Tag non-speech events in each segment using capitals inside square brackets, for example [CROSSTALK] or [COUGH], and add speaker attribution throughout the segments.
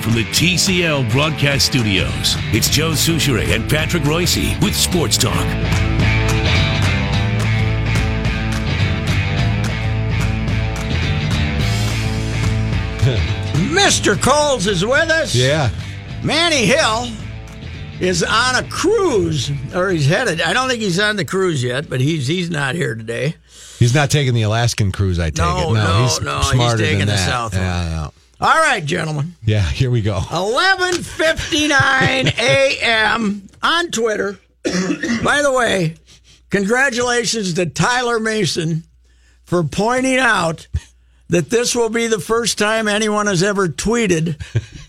Speaker 1: from the TCL broadcast studios. It's Joe Souchere and Patrick Royce with Sports Talk.
Speaker 2: Mr. Coles is with us.
Speaker 3: Yeah.
Speaker 2: Manny Hill is on a cruise, or he's headed. I don't think he's on the cruise yet, but he's he's not here today.
Speaker 3: He's not taking the Alaskan cruise, I take
Speaker 2: No,
Speaker 3: it.
Speaker 2: no,
Speaker 3: he's
Speaker 2: no, he's
Speaker 3: smarter
Speaker 2: taking
Speaker 3: than
Speaker 2: the
Speaker 3: that.
Speaker 2: south one.
Speaker 3: Yeah, yeah.
Speaker 2: All right, gentlemen.
Speaker 3: Yeah, here we go.
Speaker 2: 11:59 a.m. on Twitter. By the way, congratulations to Tyler Mason for pointing out that this will be the first time anyone has ever tweeted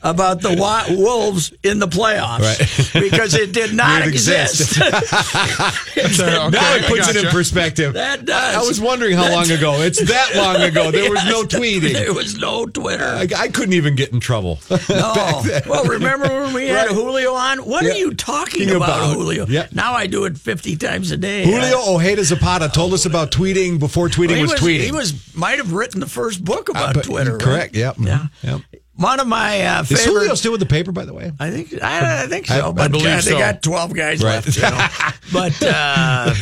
Speaker 2: about the Wa- Wolves in the playoffs because it did not
Speaker 3: Didn't exist.
Speaker 2: exist. [LAUGHS]
Speaker 3: now it
Speaker 4: I
Speaker 3: puts it in
Speaker 4: gotcha.
Speaker 3: perspective.
Speaker 2: That does.
Speaker 3: I was wondering how long ago. It's that long ago. There was
Speaker 2: [LAUGHS]
Speaker 3: no tweeting.
Speaker 2: There was no Twitter.
Speaker 3: I, I couldn't even get in trouble. [LAUGHS]
Speaker 2: No. Oh, Well, remember when we had
Speaker 3: Right.
Speaker 2: Julio on? What are you talking
Speaker 3: Thinking
Speaker 2: about,
Speaker 3: about-
Speaker 2: Julio?
Speaker 3: Yeah.
Speaker 2: Now I do it 50 times a day.
Speaker 3: Julio
Speaker 2: I-
Speaker 3: Ojeda Zapata told us about tweeting before tweeting
Speaker 2: he
Speaker 3: was, tweeting. Uh,
Speaker 2: He was might have written the first book about
Speaker 3: But-
Speaker 2: Twitter. right?
Speaker 3: Correct. Yep.
Speaker 2: Yeah.
Speaker 3: Yep.
Speaker 2: One of my uh,
Speaker 3: Is Julio
Speaker 2: favorite.
Speaker 3: still with the paper, by the way?
Speaker 2: I think I, I think so,
Speaker 3: I
Speaker 2: but
Speaker 4: believe
Speaker 2: God, they
Speaker 4: so.
Speaker 2: got twelve guys
Speaker 3: Right.
Speaker 2: left. You
Speaker 3: [LAUGHS]
Speaker 2: know? but uh,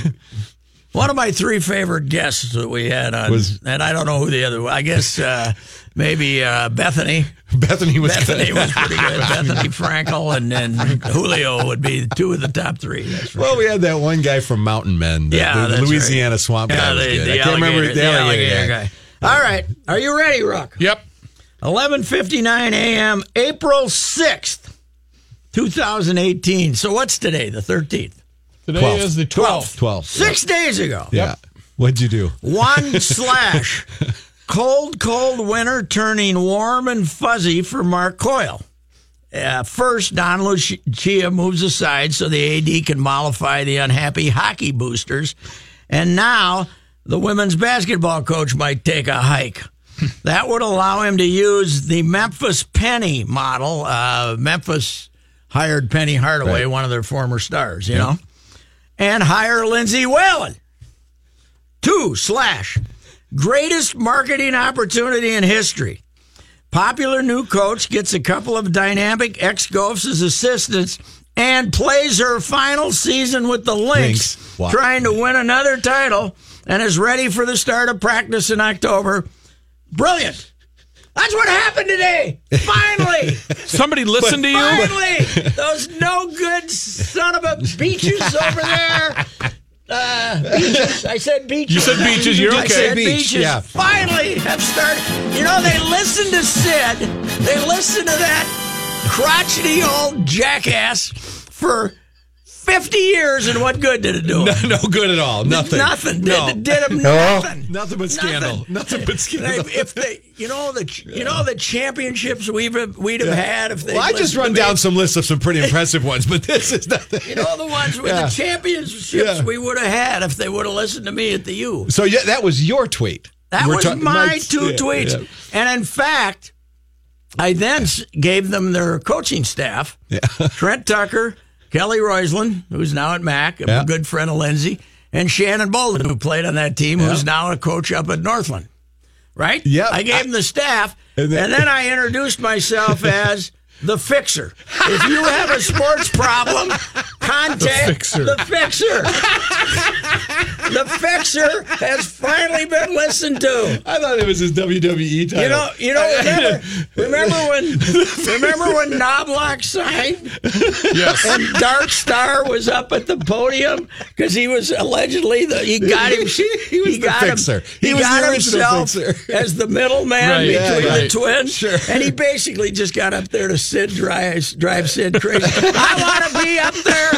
Speaker 2: one of my three favorite guests that we had on,
Speaker 3: Was-
Speaker 2: and I don't know who the other. I guess uh, maybe uh, Bethany.
Speaker 3: [LAUGHS] Bethany
Speaker 2: [LAUGHS]
Speaker 3: was
Speaker 2: Bethany
Speaker 3: good. [LAUGHS]
Speaker 2: was pretty good. [LAUGHS] Bethany Frankel and then Julio would be two of the top three. That's right.
Speaker 3: Well, we had that one guy from Mountain Men, the,
Speaker 2: Yeah,
Speaker 3: the
Speaker 2: that's
Speaker 3: Louisiana swamp guy.
Speaker 2: Yeah,
Speaker 3: was
Speaker 2: the,
Speaker 3: good.
Speaker 2: the
Speaker 3: I can't remember
Speaker 2: alligator- the alligator
Speaker 3: guy.
Speaker 2: guy. All right, are you ready, Rock?
Speaker 4: Yep.
Speaker 2: 11:59 a.m. April 6th, 2018. So what's today? The 13th.
Speaker 4: Today
Speaker 3: Twelfth.
Speaker 4: is the 12th.
Speaker 3: 12.
Speaker 2: Six days ago.
Speaker 3: Yeah. What'd you do?
Speaker 2: One slash cold, cold winter turning warm and fuzzy for Mark Coyle. Uh, first, Don Lucia moves aside so the AD can mollify the unhappy hockey boosters. And now the women's basketball coach might take a hike. that would allow him to use the Memphis Penny model. Uh, Memphis hired Penny Hardaway,
Speaker 3: Right.
Speaker 2: one of their former stars, you know, and hire Lindsey Whalen. Two slash greatest marketing opportunity in history. Popular new coach gets a couple of dynamic ex Gophs as assistants and plays her final season with the Lynx,
Speaker 3: Lynx. Wow.
Speaker 2: trying to win another title and is ready for the start of practice in October. Brilliant. That's what happened today. Finally.
Speaker 3: [LAUGHS]
Speaker 4: Somebody listen to you.
Speaker 2: Finally. Those no good son of a beaches over there. Uh, beaches. I said beaches.
Speaker 4: You said beaches. You're
Speaker 2: I
Speaker 4: okay.
Speaker 2: said
Speaker 3: Beach,
Speaker 2: beaches.
Speaker 3: yeah.
Speaker 2: Finally have started. You know, they listened to Sid. They listened to that crotchety old jackass for 50 years, and what good did it do? 'em?
Speaker 3: [LAUGHS] no good at all. Nothing.
Speaker 2: Nothing.
Speaker 3: No.
Speaker 2: Did,
Speaker 3: [LAUGHS]
Speaker 2: did him nothing.
Speaker 3: Nothing
Speaker 2: [LAUGHS]
Speaker 3: but scandal. Nothing but scandal.
Speaker 2: They- if they, you know the, ch- you know the championships we've we'd have had if they.
Speaker 3: Well, I just run down some lists of some pretty impressive ones, but this is nothing.
Speaker 2: [LAUGHS] You know the ones with
Speaker 3: Yeah.
Speaker 2: the championships
Speaker 3: Yeah.
Speaker 2: we would have had if they would have listened to me at the U.
Speaker 3: So yeah, that was your tweet.
Speaker 2: That
Speaker 3: We're
Speaker 2: was
Speaker 3: talking-
Speaker 2: my two
Speaker 3: yeah,
Speaker 2: tweets,
Speaker 3: yeah.
Speaker 2: and in fact, I then s- gave them their coaching staff:
Speaker 3: [LAUGHS]
Speaker 2: Trent Tucker, Kelly Roisland, who's now at Mac,
Speaker 3: Yeah.
Speaker 2: a good friend of Lindsay, and Shannon Bolden, who played on that team, who's now a coach up at Northland. Right?
Speaker 3: Yep.
Speaker 2: I gave them the staff,
Speaker 3: And
Speaker 2: and
Speaker 3: then-
Speaker 2: then, I introduced myself as. The fixer. If you have a sports problem, contact
Speaker 4: Fixer.
Speaker 2: the fixer. The fixer has finally been listened to.
Speaker 3: I thought it was his WWE title.
Speaker 2: You know, you
Speaker 3: [LAUGHS]
Speaker 2: know. Remember, remember when, remember when Knobloch signed
Speaker 4: Yes.
Speaker 2: and Dark Star was up at the podium because he was allegedly the he got
Speaker 3: [LAUGHS]
Speaker 2: him. He
Speaker 3: was the
Speaker 2: got him-
Speaker 3: fixer.
Speaker 2: he
Speaker 3: He was
Speaker 2: got
Speaker 3: the original
Speaker 2: himself
Speaker 3: fixer. [LAUGHS]
Speaker 2: as the middleman
Speaker 4: Right, yeah,
Speaker 2: between the
Speaker 4: right.
Speaker 2: twins,
Speaker 3: Sure.
Speaker 2: and he basically just got up there to Sid drive drive Sid
Speaker 3: [LAUGHS]
Speaker 2: crazy. I want to be up there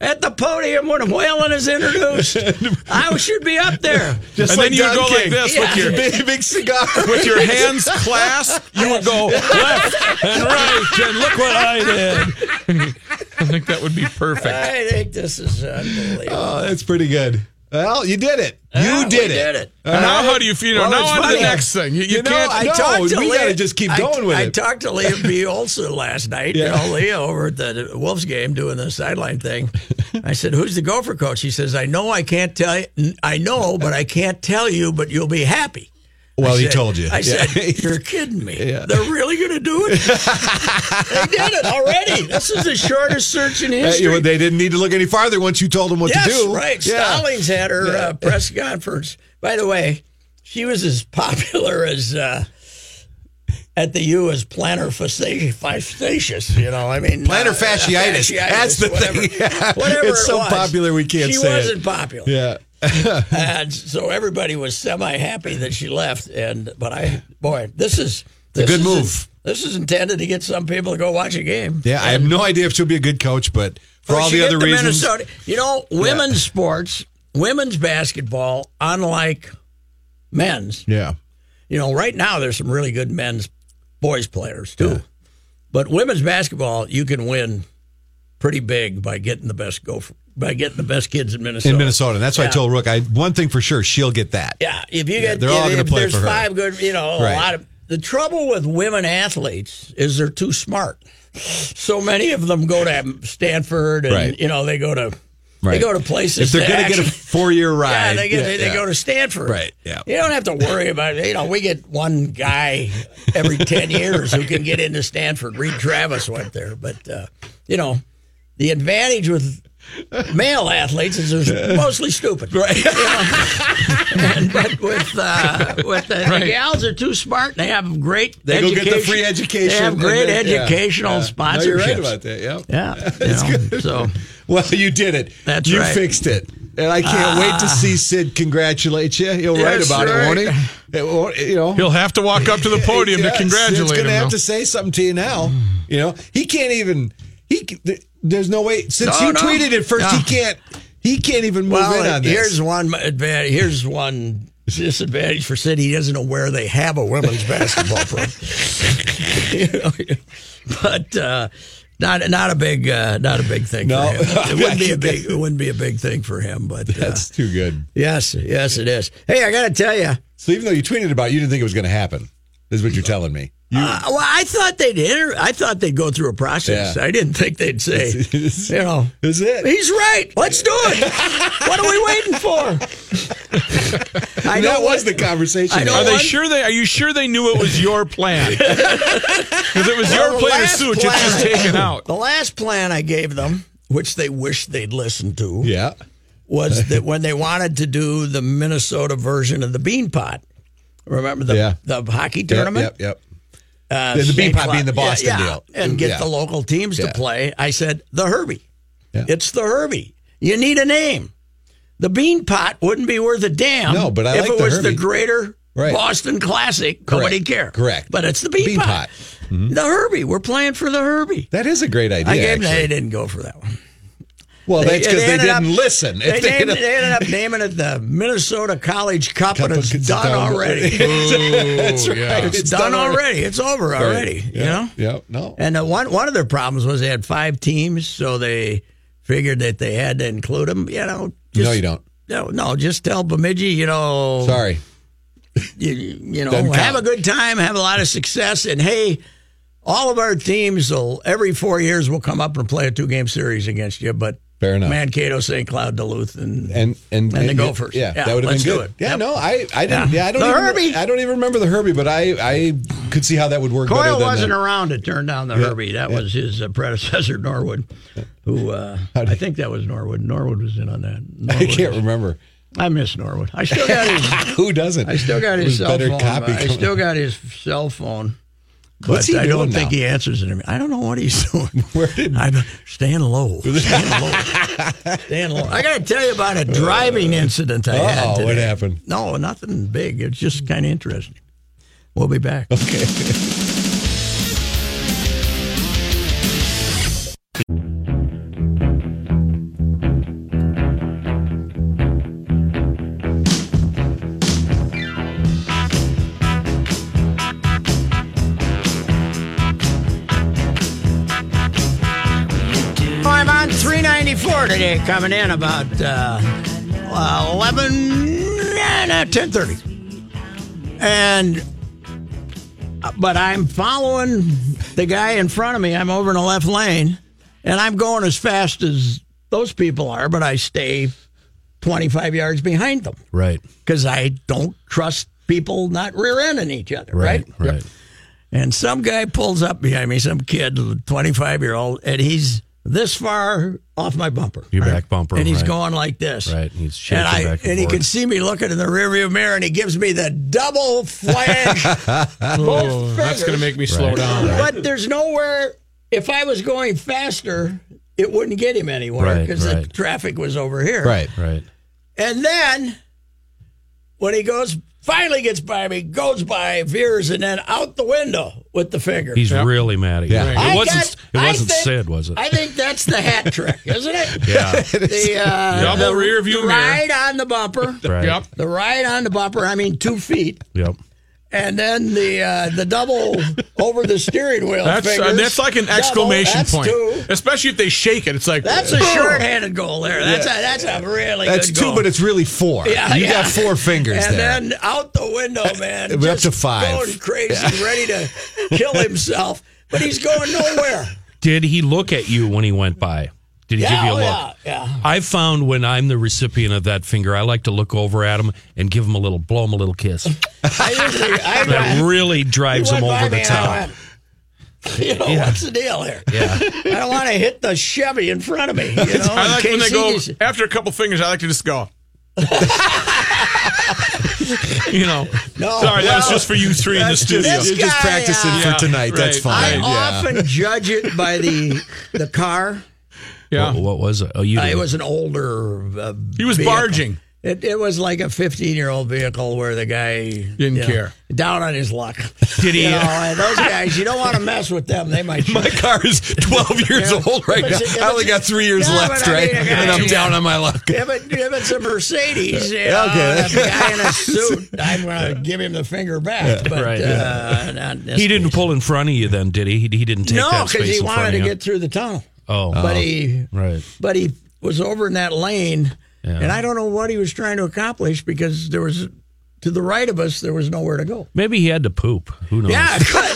Speaker 2: at the podium when Whalen is
Speaker 3: [LAUGHS]
Speaker 2: introduced. I should be up there.
Speaker 3: Just
Speaker 4: And
Speaker 3: like
Speaker 4: then you
Speaker 3: Don
Speaker 4: go like
Speaker 3: King.
Speaker 4: this with
Speaker 2: Yeah. [LAUGHS]
Speaker 4: your
Speaker 3: big, big cigar. [LAUGHS]
Speaker 4: with your hands clasped. You would go left and right, and look what I did. I think that would
Speaker 3: [LAUGHS]
Speaker 4: be perfect.
Speaker 2: I think this is unbelievable.
Speaker 3: oh, that's pretty good. Well, you did it. You
Speaker 2: Yeah, we
Speaker 3: did it. Uh,
Speaker 2: did it.
Speaker 3: All
Speaker 4: now,
Speaker 3: right.
Speaker 4: how do you feel?
Speaker 2: Well,
Speaker 4: now
Speaker 2: it's
Speaker 4: on to
Speaker 2: funny.
Speaker 4: the next thing. You, you
Speaker 3: You know,
Speaker 4: can't.
Speaker 3: I-
Speaker 2: I
Speaker 3: No,
Speaker 2: talked to
Speaker 3: we
Speaker 2: Leah-
Speaker 3: gotta just keep
Speaker 2: I-
Speaker 3: going with
Speaker 2: I
Speaker 3: it.
Speaker 2: talked to Liam B. Olson last night, you
Speaker 3: Yeah.
Speaker 2: know, Leah over at the Wolves game doing the sideline thing. I said, "Who's the Gopher coach?" He says, "I know I can't tell you. I know, but I can't tell you. But you'll be happy."
Speaker 3: Well, he told you.
Speaker 2: I
Speaker 3: [LAUGHS]
Speaker 2: said, "You're kidding me! They're really going to do it? they did it already. This is the shortest search in
Speaker 3: Uh,
Speaker 2: history."
Speaker 3: you- they didn't need to look any farther once you told them what
Speaker 2: yes,
Speaker 3: to do.
Speaker 2: right.
Speaker 3: Yeah.
Speaker 2: Stallings had her uh, press conference. By the way, she was as [LAUGHS] popular as uh, at the U as plantar fasci- fasciitis. You know, I mean, uh, [LAUGHS]
Speaker 3: Plantar fasciitis. That's the
Speaker 2: whatever,
Speaker 3: thing. [LAUGHS] Yeah.
Speaker 2: Whatever
Speaker 3: It's
Speaker 2: it
Speaker 3: so
Speaker 2: was.
Speaker 3: popular we can't
Speaker 2: she
Speaker 3: say it.
Speaker 2: wasn't popular.
Speaker 3: Yeah.
Speaker 2: and so everybody was semi happy that she left. And but I, boy, this is this
Speaker 3: good
Speaker 2: is-
Speaker 3: move.
Speaker 2: This is intended to get some people to go watch a game.
Speaker 3: Yeah. I have no idea if she'll be a good coach, but for all
Speaker 2: She
Speaker 3: the
Speaker 2: hit
Speaker 3: other reasons.
Speaker 2: Minnesota, you know, women's sports, women's basketball, unlike men's,
Speaker 3: Yeah.
Speaker 2: you know, right now there's some really good men's boys players too. But women's basketball, you can win pretty big by getting the best go by getting the best kids in Minnesota.
Speaker 3: In Minnesota. That's why I
Speaker 2: Yeah.
Speaker 3: told Rook, I one thing for sure, she'll get that.
Speaker 2: Yeah, if you get
Speaker 3: they're all
Speaker 2: if-
Speaker 3: gonna
Speaker 2: if
Speaker 3: play
Speaker 2: there's
Speaker 3: for her.
Speaker 2: five good, you know, a
Speaker 3: Right.
Speaker 2: lot of the trouble with women athletes is they're too smart. So many of them go to Stanford, and
Speaker 3: Right.
Speaker 2: you know they go to they
Speaker 3: Right.
Speaker 2: go to places.
Speaker 3: If they're
Speaker 2: that
Speaker 3: going to get a
Speaker 2: actually-
Speaker 3: four year ride.
Speaker 2: yeah, they, get, they, they
Speaker 3: yeah.
Speaker 2: go to Stanford.
Speaker 3: Right, yeah.
Speaker 2: You don't have to worry about it. You know, we get one guy
Speaker 3: [LAUGHS]
Speaker 2: every 10 years who can get into Stanford. Reed Travis went there. But, uh, you know, the advantage with male athletes is they're mostly stupid. Right. and, but with, uh, with the, the gals are too smart. They have great
Speaker 3: They go get the free
Speaker 2: They
Speaker 3: education
Speaker 2: have
Speaker 3: and
Speaker 2: great
Speaker 3: then- yeah,
Speaker 2: educational
Speaker 3: No,
Speaker 2: sponsorships.
Speaker 3: you're right about that. Yeah. [LAUGHS]
Speaker 2: Yeah. you know, So,
Speaker 3: Well, you did it.
Speaker 2: That's
Speaker 3: you
Speaker 2: right. Ah.
Speaker 3: fixed it. And I can't wait to see Sid congratulate you. He'll write
Speaker 2: Yes,
Speaker 3: about
Speaker 2: right.
Speaker 3: it, won't he? It won't- you know,
Speaker 4: He'll have to walk up to the podium to congratulate
Speaker 3: Sid's
Speaker 4: him.
Speaker 3: gonna have
Speaker 4: though.
Speaker 3: to say something to you now. You know, he can't even. He c- th- there's no way since
Speaker 2: No,
Speaker 3: you
Speaker 2: no.
Speaker 3: tweeted it first.
Speaker 2: No.
Speaker 3: He can't. He can't even move in
Speaker 2: Well,
Speaker 3: on
Speaker 2: here's
Speaker 3: this.
Speaker 2: one advantage. Here's one disadvantage for City. He doesn't know where they have a women's basketball program. [LAUGHS] You know, but uh, not not a big uh, not a big thing.
Speaker 3: No.
Speaker 2: for
Speaker 3: [LAUGHS]
Speaker 2: him. it wouldn't be a big it wouldn't be a big thing for him. But uh,
Speaker 3: That's too good.
Speaker 2: yes, yes, it is. Hey, I got to tell you.
Speaker 3: So even though you tweeted about, it, you didn't think it was going to happen. Is what you're telling me. [LAUGHS]
Speaker 2: Uh, well, I thought they'd inter- I thought they'd go through a process.
Speaker 3: Yeah.
Speaker 2: I didn't think they'd
Speaker 3: [LAUGHS]
Speaker 2: say, you know,
Speaker 3: Is it?
Speaker 2: He's right. Let's do
Speaker 3: [LAUGHS]
Speaker 2: it. what are we waiting for? I
Speaker 3: that
Speaker 2: what-
Speaker 3: was the conversation.
Speaker 2: I know
Speaker 4: Are they
Speaker 2: one-
Speaker 4: sure they? Are you sure they knew it was your plan? Because it was your
Speaker 2: The
Speaker 4: plan to
Speaker 2: last
Speaker 4: sue, it's just
Speaker 2: plan-
Speaker 4: taken out.
Speaker 2: The last plan I gave them, which they wished they'd listened to,
Speaker 3: Yeah. [LAUGHS]
Speaker 2: was that when they wanted to do the Minnesota version of the Bean Pot. Remember the
Speaker 3: Yeah.
Speaker 2: the hockey tournament?
Speaker 3: Yep. Yep. yep. the bean
Speaker 2: State
Speaker 3: pot
Speaker 2: Club.
Speaker 3: being the
Speaker 2: Yeah,
Speaker 3: Boston
Speaker 2: yeah,
Speaker 3: deal,
Speaker 2: and get
Speaker 3: Yeah.
Speaker 2: the local teams
Speaker 3: Yeah.
Speaker 2: to play. I said the Herbie.
Speaker 3: Yeah.
Speaker 2: It's the Herbie. You need a name. The Bean Pot wouldn't be worth a damn.
Speaker 3: No, but I
Speaker 2: if
Speaker 3: like
Speaker 2: it
Speaker 3: the
Speaker 2: was the
Speaker 3: Herbie.
Speaker 2: Greater
Speaker 3: Right.
Speaker 2: Boston Classic, nobody care.
Speaker 3: Correct.
Speaker 2: But it's the Bean,
Speaker 3: Bean
Speaker 2: Pot.
Speaker 3: Pot. Mm-hmm.
Speaker 2: The Herbie. We're playing for the Herbie.
Speaker 3: That is a great idea.
Speaker 2: I gave them.
Speaker 3: actually.
Speaker 2: They didn't go for that one.
Speaker 3: Well, that's because they,
Speaker 2: ended
Speaker 3: didn't
Speaker 2: up-
Speaker 3: listen.
Speaker 2: They,
Speaker 3: If they
Speaker 2: named,
Speaker 3: had-
Speaker 2: they ended up naming it the Minnesota College Cup, and it's
Speaker 3: It's
Speaker 2: done already.
Speaker 3: [LAUGHS] That's right.
Speaker 2: It's, done, already. It's over already. You know.
Speaker 3: Yep. No.
Speaker 2: And the one one of their problems was they had five teams, so they figured that they had to include them. You know, just,
Speaker 3: no, you don't.
Speaker 2: No, no, just tell Bemidji, you know,
Speaker 3: Sorry.
Speaker 2: you, you know,
Speaker 3: Doesn't
Speaker 2: have a
Speaker 3: count.
Speaker 2: good time, have a lot of success, and hey, all of our teams will every four years will come up and play a two game series against you. But
Speaker 3: Fair enough.
Speaker 2: Mankato, St. Cloud, Duluth, and,
Speaker 3: And and
Speaker 2: And the Gophers.
Speaker 3: Yeah,
Speaker 2: Yeah,
Speaker 3: that would have
Speaker 2: let's
Speaker 3: been
Speaker 2: do
Speaker 3: good.
Speaker 2: it.
Speaker 3: Yeah.
Speaker 2: Yep.
Speaker 3: No, I I didn't.
Speaker 2: Yeah.
Speaker 3: Yeah, I don't.
Speaker 2: The
Speaker 3: even,
Speaker 2: Herbie.
Speaker 3: I don't even remember the Herbie, but I I could see how that would work. better
Speaker 2: Coyle
Speaker 3: than
Speaker 2: wasn't
Speaker 3: the-
Speaker 2: around to turn down the Herbie. That was his uh, predecessor, [LAUGHS] Norwood, who uh, I think that was Norwood. Norwood was in on that.
Speaker 3: [LAUGHS] [LAUGHS] I
Speaker 2: Norwood
Speaker 3: can't
Speaker 2: was-
Speaker 3: remember
Speaker 2: I miss Norwood. I still got his.
Speaker 3: who doesn't.
Speaker 2: I still got
Speaker 3: [LAUGHS] It
Speaker 2: his
Speaker 3: was
Speaker 2: cell
Speaker 3: better
Speaker 2: phone. uh,
Speaker 3: Copy
Speaker 2: I
Speaker 3: coming-
Speaker 2: still got his cell phone. But
Speaker 3: What's he
Speaker 2: I
Speaker 3: doing
Speaker 2: don't think
Speaker 3: now?
Speaker 2: he answers it. I don't know what he's [LAUGHS] doing.
Speaker 3: [LAUGHS] Where did-
Speaker 2: I'm staying
Speaker 3: [LAUGHS]
Speaker 2: low. Staying low. staying low. I got to tell you about a driving incident I had.
Speaker 3: Uh-oh,
Speaker 2: today.
Speaker 3: what happened?
Speaker 2: No, nothing big. It's just kind of interesting. We'll be back. [LAUGHS] Well, I'm on 394 today, coming in about uh, 11, eh, no, 10.30. And, uh, but I'm following the guy in front of me. I'm over in the left lane, and I'm going as fast as those people are, but I stay 25 yards behind them
Speaker 3: Right.
Speaker 2: because I don't trust people not rear ending each other, right?
Speaker 1: Right.
Speaker 2: And some guy pulls up behind me, some kid, 25 year old, and he's this far off my bumper.
Speaker 1: Your back bumper,
Speaker 2: And he's
Speaker 1: right.
Speaker 2: going like this.
Speaker 1: Right, and he's shaking
Speaker 2: and I,
Speaker 1: back and
Speaker 2: he
Speaker 1: forth.
Speaker 2: can see me looking in the rearview mirror and he gives me the
Speaker 1: [LAUGHS]
Speaker 2: double flag.
Speaker 1: Oh, that's going to make me slow down.
Speaker 2: But there's nowhere, if I was going faster, it wouldn't get him anywhere
Speaker 1: Right,
Speaker 2: because the
Speaker 1: right.
Speaker 2: traffic was over here.
Speaker 3: Right.
Speaker 1: Right.
Speaker 2: And then when he goes, finally gets by me, goes by, veers, and then out the window with the finger.
Speaker 1: He's really mad at you.
Speaker 3: Yeah.
Speaker 1: It
Speaker 2: I
Speaker 1: wasn't.
Speaker 2: got-
Speaker 1: It
Speaker 2: I
Speaker 1: wasn't
Speaker 2: think-
Speaker 1: Sid, was it?
Speaker 2: I think that's
Speaker 1: [LAUGHS]
Speaker 2: the hat trick, isn't it?
Speaker 1: yeah.
Speaker 2: [LAUGHS] The, uh,
Speaker 1: Double
Speaker 2: the
Speaker 1: rear view mirror.
Speaker 2: ride on the bumper.
Speaker 1: [LAUGHS] Right.
Speaker 3: Yep.
Speaker 2: The ride on the bumper. I mean, two feet,
Speaker 1: Yep.
Speaker 2: and then the uh,
Speaker 1: [LAUGHS]
Speaker 2: the double over the steering wheel.
Speaker 1: That's uh,
Speaker 2: fingers.
Speaker 1: that's like an
Speaker 2: Double,
Speaker 1: exclamation
Speaker 2: that's
Speaker 1: point,
Speaker 2: Two.
Speaker 1: especially if they shake it. It's like [LAUGHS]
Speaker 2: That's a shorthanded goal there. That's a, that's a really
Speaker 3: [LAUGHS] That's
Speaker 2: good
Speaker 3: two,
Speaker 2: goal.
Speaker 3: but it's really four.
Speaker 2: Yeah,
Speaker 3: you
Speaker 2: yeah.
Speaker 3: got four fingers
Speaker 2: and
Speaker 3: there.
Speaker 2: then out the window, man.
Speaker 3: we're up
Speaker 2: just
Speaker 3: to five.
Speaker 2: Going crazy, ready to kill himself, but he's going nowhere.
Speaker 1: Did he look at you when he went by? Did he
Speaker 2: Yeah,
Speaker 1: give you a
Speaker 2: oh,
Speaker 1: look?
Speaker 2: yeah, yeah.
Speaker 1: I've found when I'm the recipient of that finger, I like to look over at him and give him a little, blow him a little kiss.
Speaker 2: I usually, I [LAUGHS]
Speaker 1: That really drives him
Speaker 2: went by
Speaker 1: over the
Speaker 2: me and I
Speaker 1: top.
Speaker 2: went, [LAUGHS] You know, what's the deal here? Yeah. I don't want to hit the Chevy in front of me. You know,
Speaker 4: I
Speaker 2: in
Speaker 4: like when they
Speaker 2: case
Speaker 4: go
Speaker 2: he gets-
Speaker 4: after a couple fingers. I like to just go.
Speaker 1: [LAUGHS] You know,
Speaker 2: No,
Speaker 4: [LAUGHS] Sorry, that was
Speaker 2: well,
Speaker 4: just for you three in the
Speaker 3: That's
Speaker 4: studio.
Speaker 2: this
Speaker 3: You're just
Speaker 2: guy,
Speaker 3: practicing
Speaker 2: uh,
Speaker 4: yeah,
Speaker 3: for tonight. That's
Speaker 4: right,
Speaker 2: I
Speaker 3: fine.
Speaker 2: often judge it by the the car.
Speaker 4: Yeah,
Speaker 1: what, what was it? Oh, you.
Speaker 2: Uh, it
Speaker 1: did.
Speaker 2: was an older. Uh,
Speaker 4: he was
Speaker 2: vehicle.
Speaker 4: barging.
Speaker 2: It, it was like a 15 year old vehicle where the guy
Speaker 4: Didn't
Speaker 2: you know,
Speaker 4: care.
Speaker 2: down on his luck.
Speaker 1: [LAUGHS] Did he-
Speaker 2: You know, and those guys, you don't want to mess with them.
Speaker 1: [LAUGHS]
Speaker 2: They might.
Speaker 3: My [LAUGHS] car is 12 years
Speaker 2: Yeah.
Speaker 3: old right
Speaker 2: But
Speaker 3: now.
Speaker 2: it's-
Speaker 3: I only got three years
Speaker 2: Yeah, but
Speaker 3: left,
Speaker 2: I mean,
Speaker 3: right?
Speaker 2: I got
Speaker 3: and I'm
Speaker 2: you.
Speaker 3: down on my luck.
Speaker 2: If, it, if it's a
Speaker 1: [LAUGHS]
Speaker 2: Mercedes, you know,
Speaker 3: Okay.
Speaker 2: and a guy in a suit, I'm going to give him the finger back. But
Speaker 1: Right,
Speaker 2: uh,
Speaker 1: yeah.
Speaker 2: not this
Speaker 1: He didn't
Speaker 2: case.
Speaker 1: pull in front of you then, did he? He, he didn't take
Speaker 2: No,
Speaker 1: that
Speaker 2: because
Speaker 1: space
Speaker 2: he
Speaker 1: in front
Speaker 2: wanted to
Speaker 1: of you.
Speaker 2: get through the tunnel.
Speaker 1: Oh,
Speaker 2: But he,
Speaker 1: right.
Speaker 2: but he was over in that lane,
Speaker 1: Yeah.
Speaker 2: and I don't know what he was trying to accomplish because there was to the right of us there was nowhere to go.
Speaker 1: Maybe he had to poop. Who knows?
Speaker 3: [LAUGHS]
Speaker 2: Yeah, good.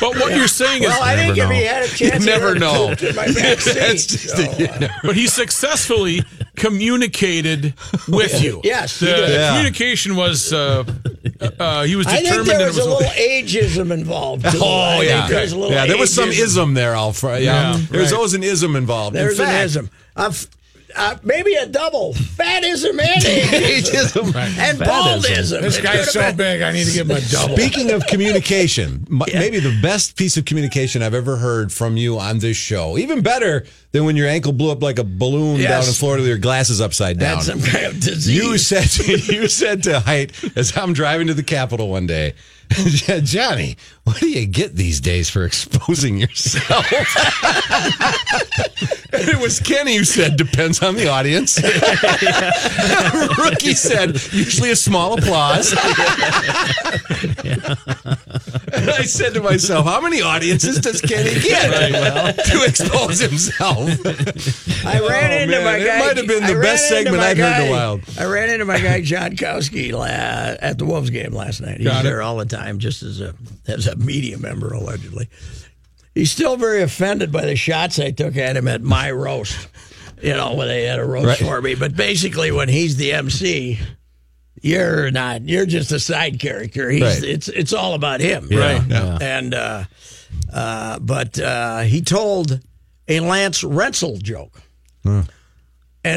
Speaker 4: But what you're saying is,
Speaker 2: Well, I think
Speaker 1: never
Speaker 2: if he
Speaker 1: know.
Speaker 2: had a chance,
Speaker 3: You never
Speaker 2: he
Speaker 3: know.
Speaker 2: would've pooped in my back seat.
Speaker 3: [LAUGHS] That's just-
Speaker 2: So, uh,
Speaker 4: but he successfully communicated with you.
Speaker 2: Yes, he
Speaker 4: the
Speaker 2: did.
Speaker 3: Yeah.
Speaker 4: communication was. Uh, uh, he was
Speaker 2: I think
Speaker 4: determined.
Speaker 2: there
Speaker 4: and
Speaker 2: was a
Speaker 4: it
Speaker 2: little
Speaker 3: [LAUGHS]
Speaker 2: ageism involved. too. I
Speaker 3: Oh
Speaker 2: think
Speaker 3: yeah,
Speaker 2: there's a little
Speaker 3: yeah. There was some
Speaker 2: ageism.
Speaker 3: ism there, all fr- yeah.
Speaker 4: Yeah,
Speaker 3: There's
Speaker 4: right.
Speaker 3: always an ism involved. In
Speaker 2: There's an
Speaker 3: fact, [LAUGHS]
Speaker 2: ism. A f- uh, maybe a double fatism and ageism and baldism.
Speaker 4: This
Speaker 2: It
Speaker 4: guy's
Speaker 2: could've
Speaker 4: so
Speaker 2: been-
Speaker 4: big. I need to give him a double.
Speaker 3: Speaking of communication, m maybe the best piece of communication I've ever heard from you on this show. Even better than when your ankle blew up like a balloon
Speaker 2: Yes.
Speaker 3: down in Florida with your glasses upside down.
Speaker 2: Had some kind of disease.
Speaker 3: You said to, [LAUGHS] you said to Height as I'm driving to the Capitol one day, [LAUGHS] Johnny, what do you get these days for exposing yourself? [LAUGHS] and it was Kenny who said, depends on the audience. [LAUGHS] Rookie said, usually a small applause. and I said to myself, how many audiences does Kenny get to expose himself?
Speaker 2: I ran
Speaker 3: Oh,
Speaker 2: into
Speaker 3: man.
Speaker 2: my
Speaker 3: It
Speaker 2: guy.
Speaker 3: might have been
Speaker 2: I
Speaker 3: the
Speaker 2: ran
Speaker 3: best
Speaker 2: into
Speaker 3: segment
Speaker 2: my
Speaker 3: I'd heard in a
Speaker 2: guy-
Speaker 3: while.
Speaker 2: I ran into my guy John Kowski la- at the Wolves game last night. He's
Speaker 4: Got it.
Speaker 2: there all the time, just as a as a media member allegedly. He's still very offended by the shots I took at him at my roast. You know, when they had a roast
Speaker 3: Right.
Speaker 2: for me. But basically, when he's the MC, you're not. You're just a side character. He's,
Speaker 3: Right.
Speaker 2: It's it's all about him,
Speaker 1: Right.
Speaker 2: you know?
Speaker 1: Yeah.
Speaker 2: And uh, uh, but uh, he told a Lance Rensel joke, and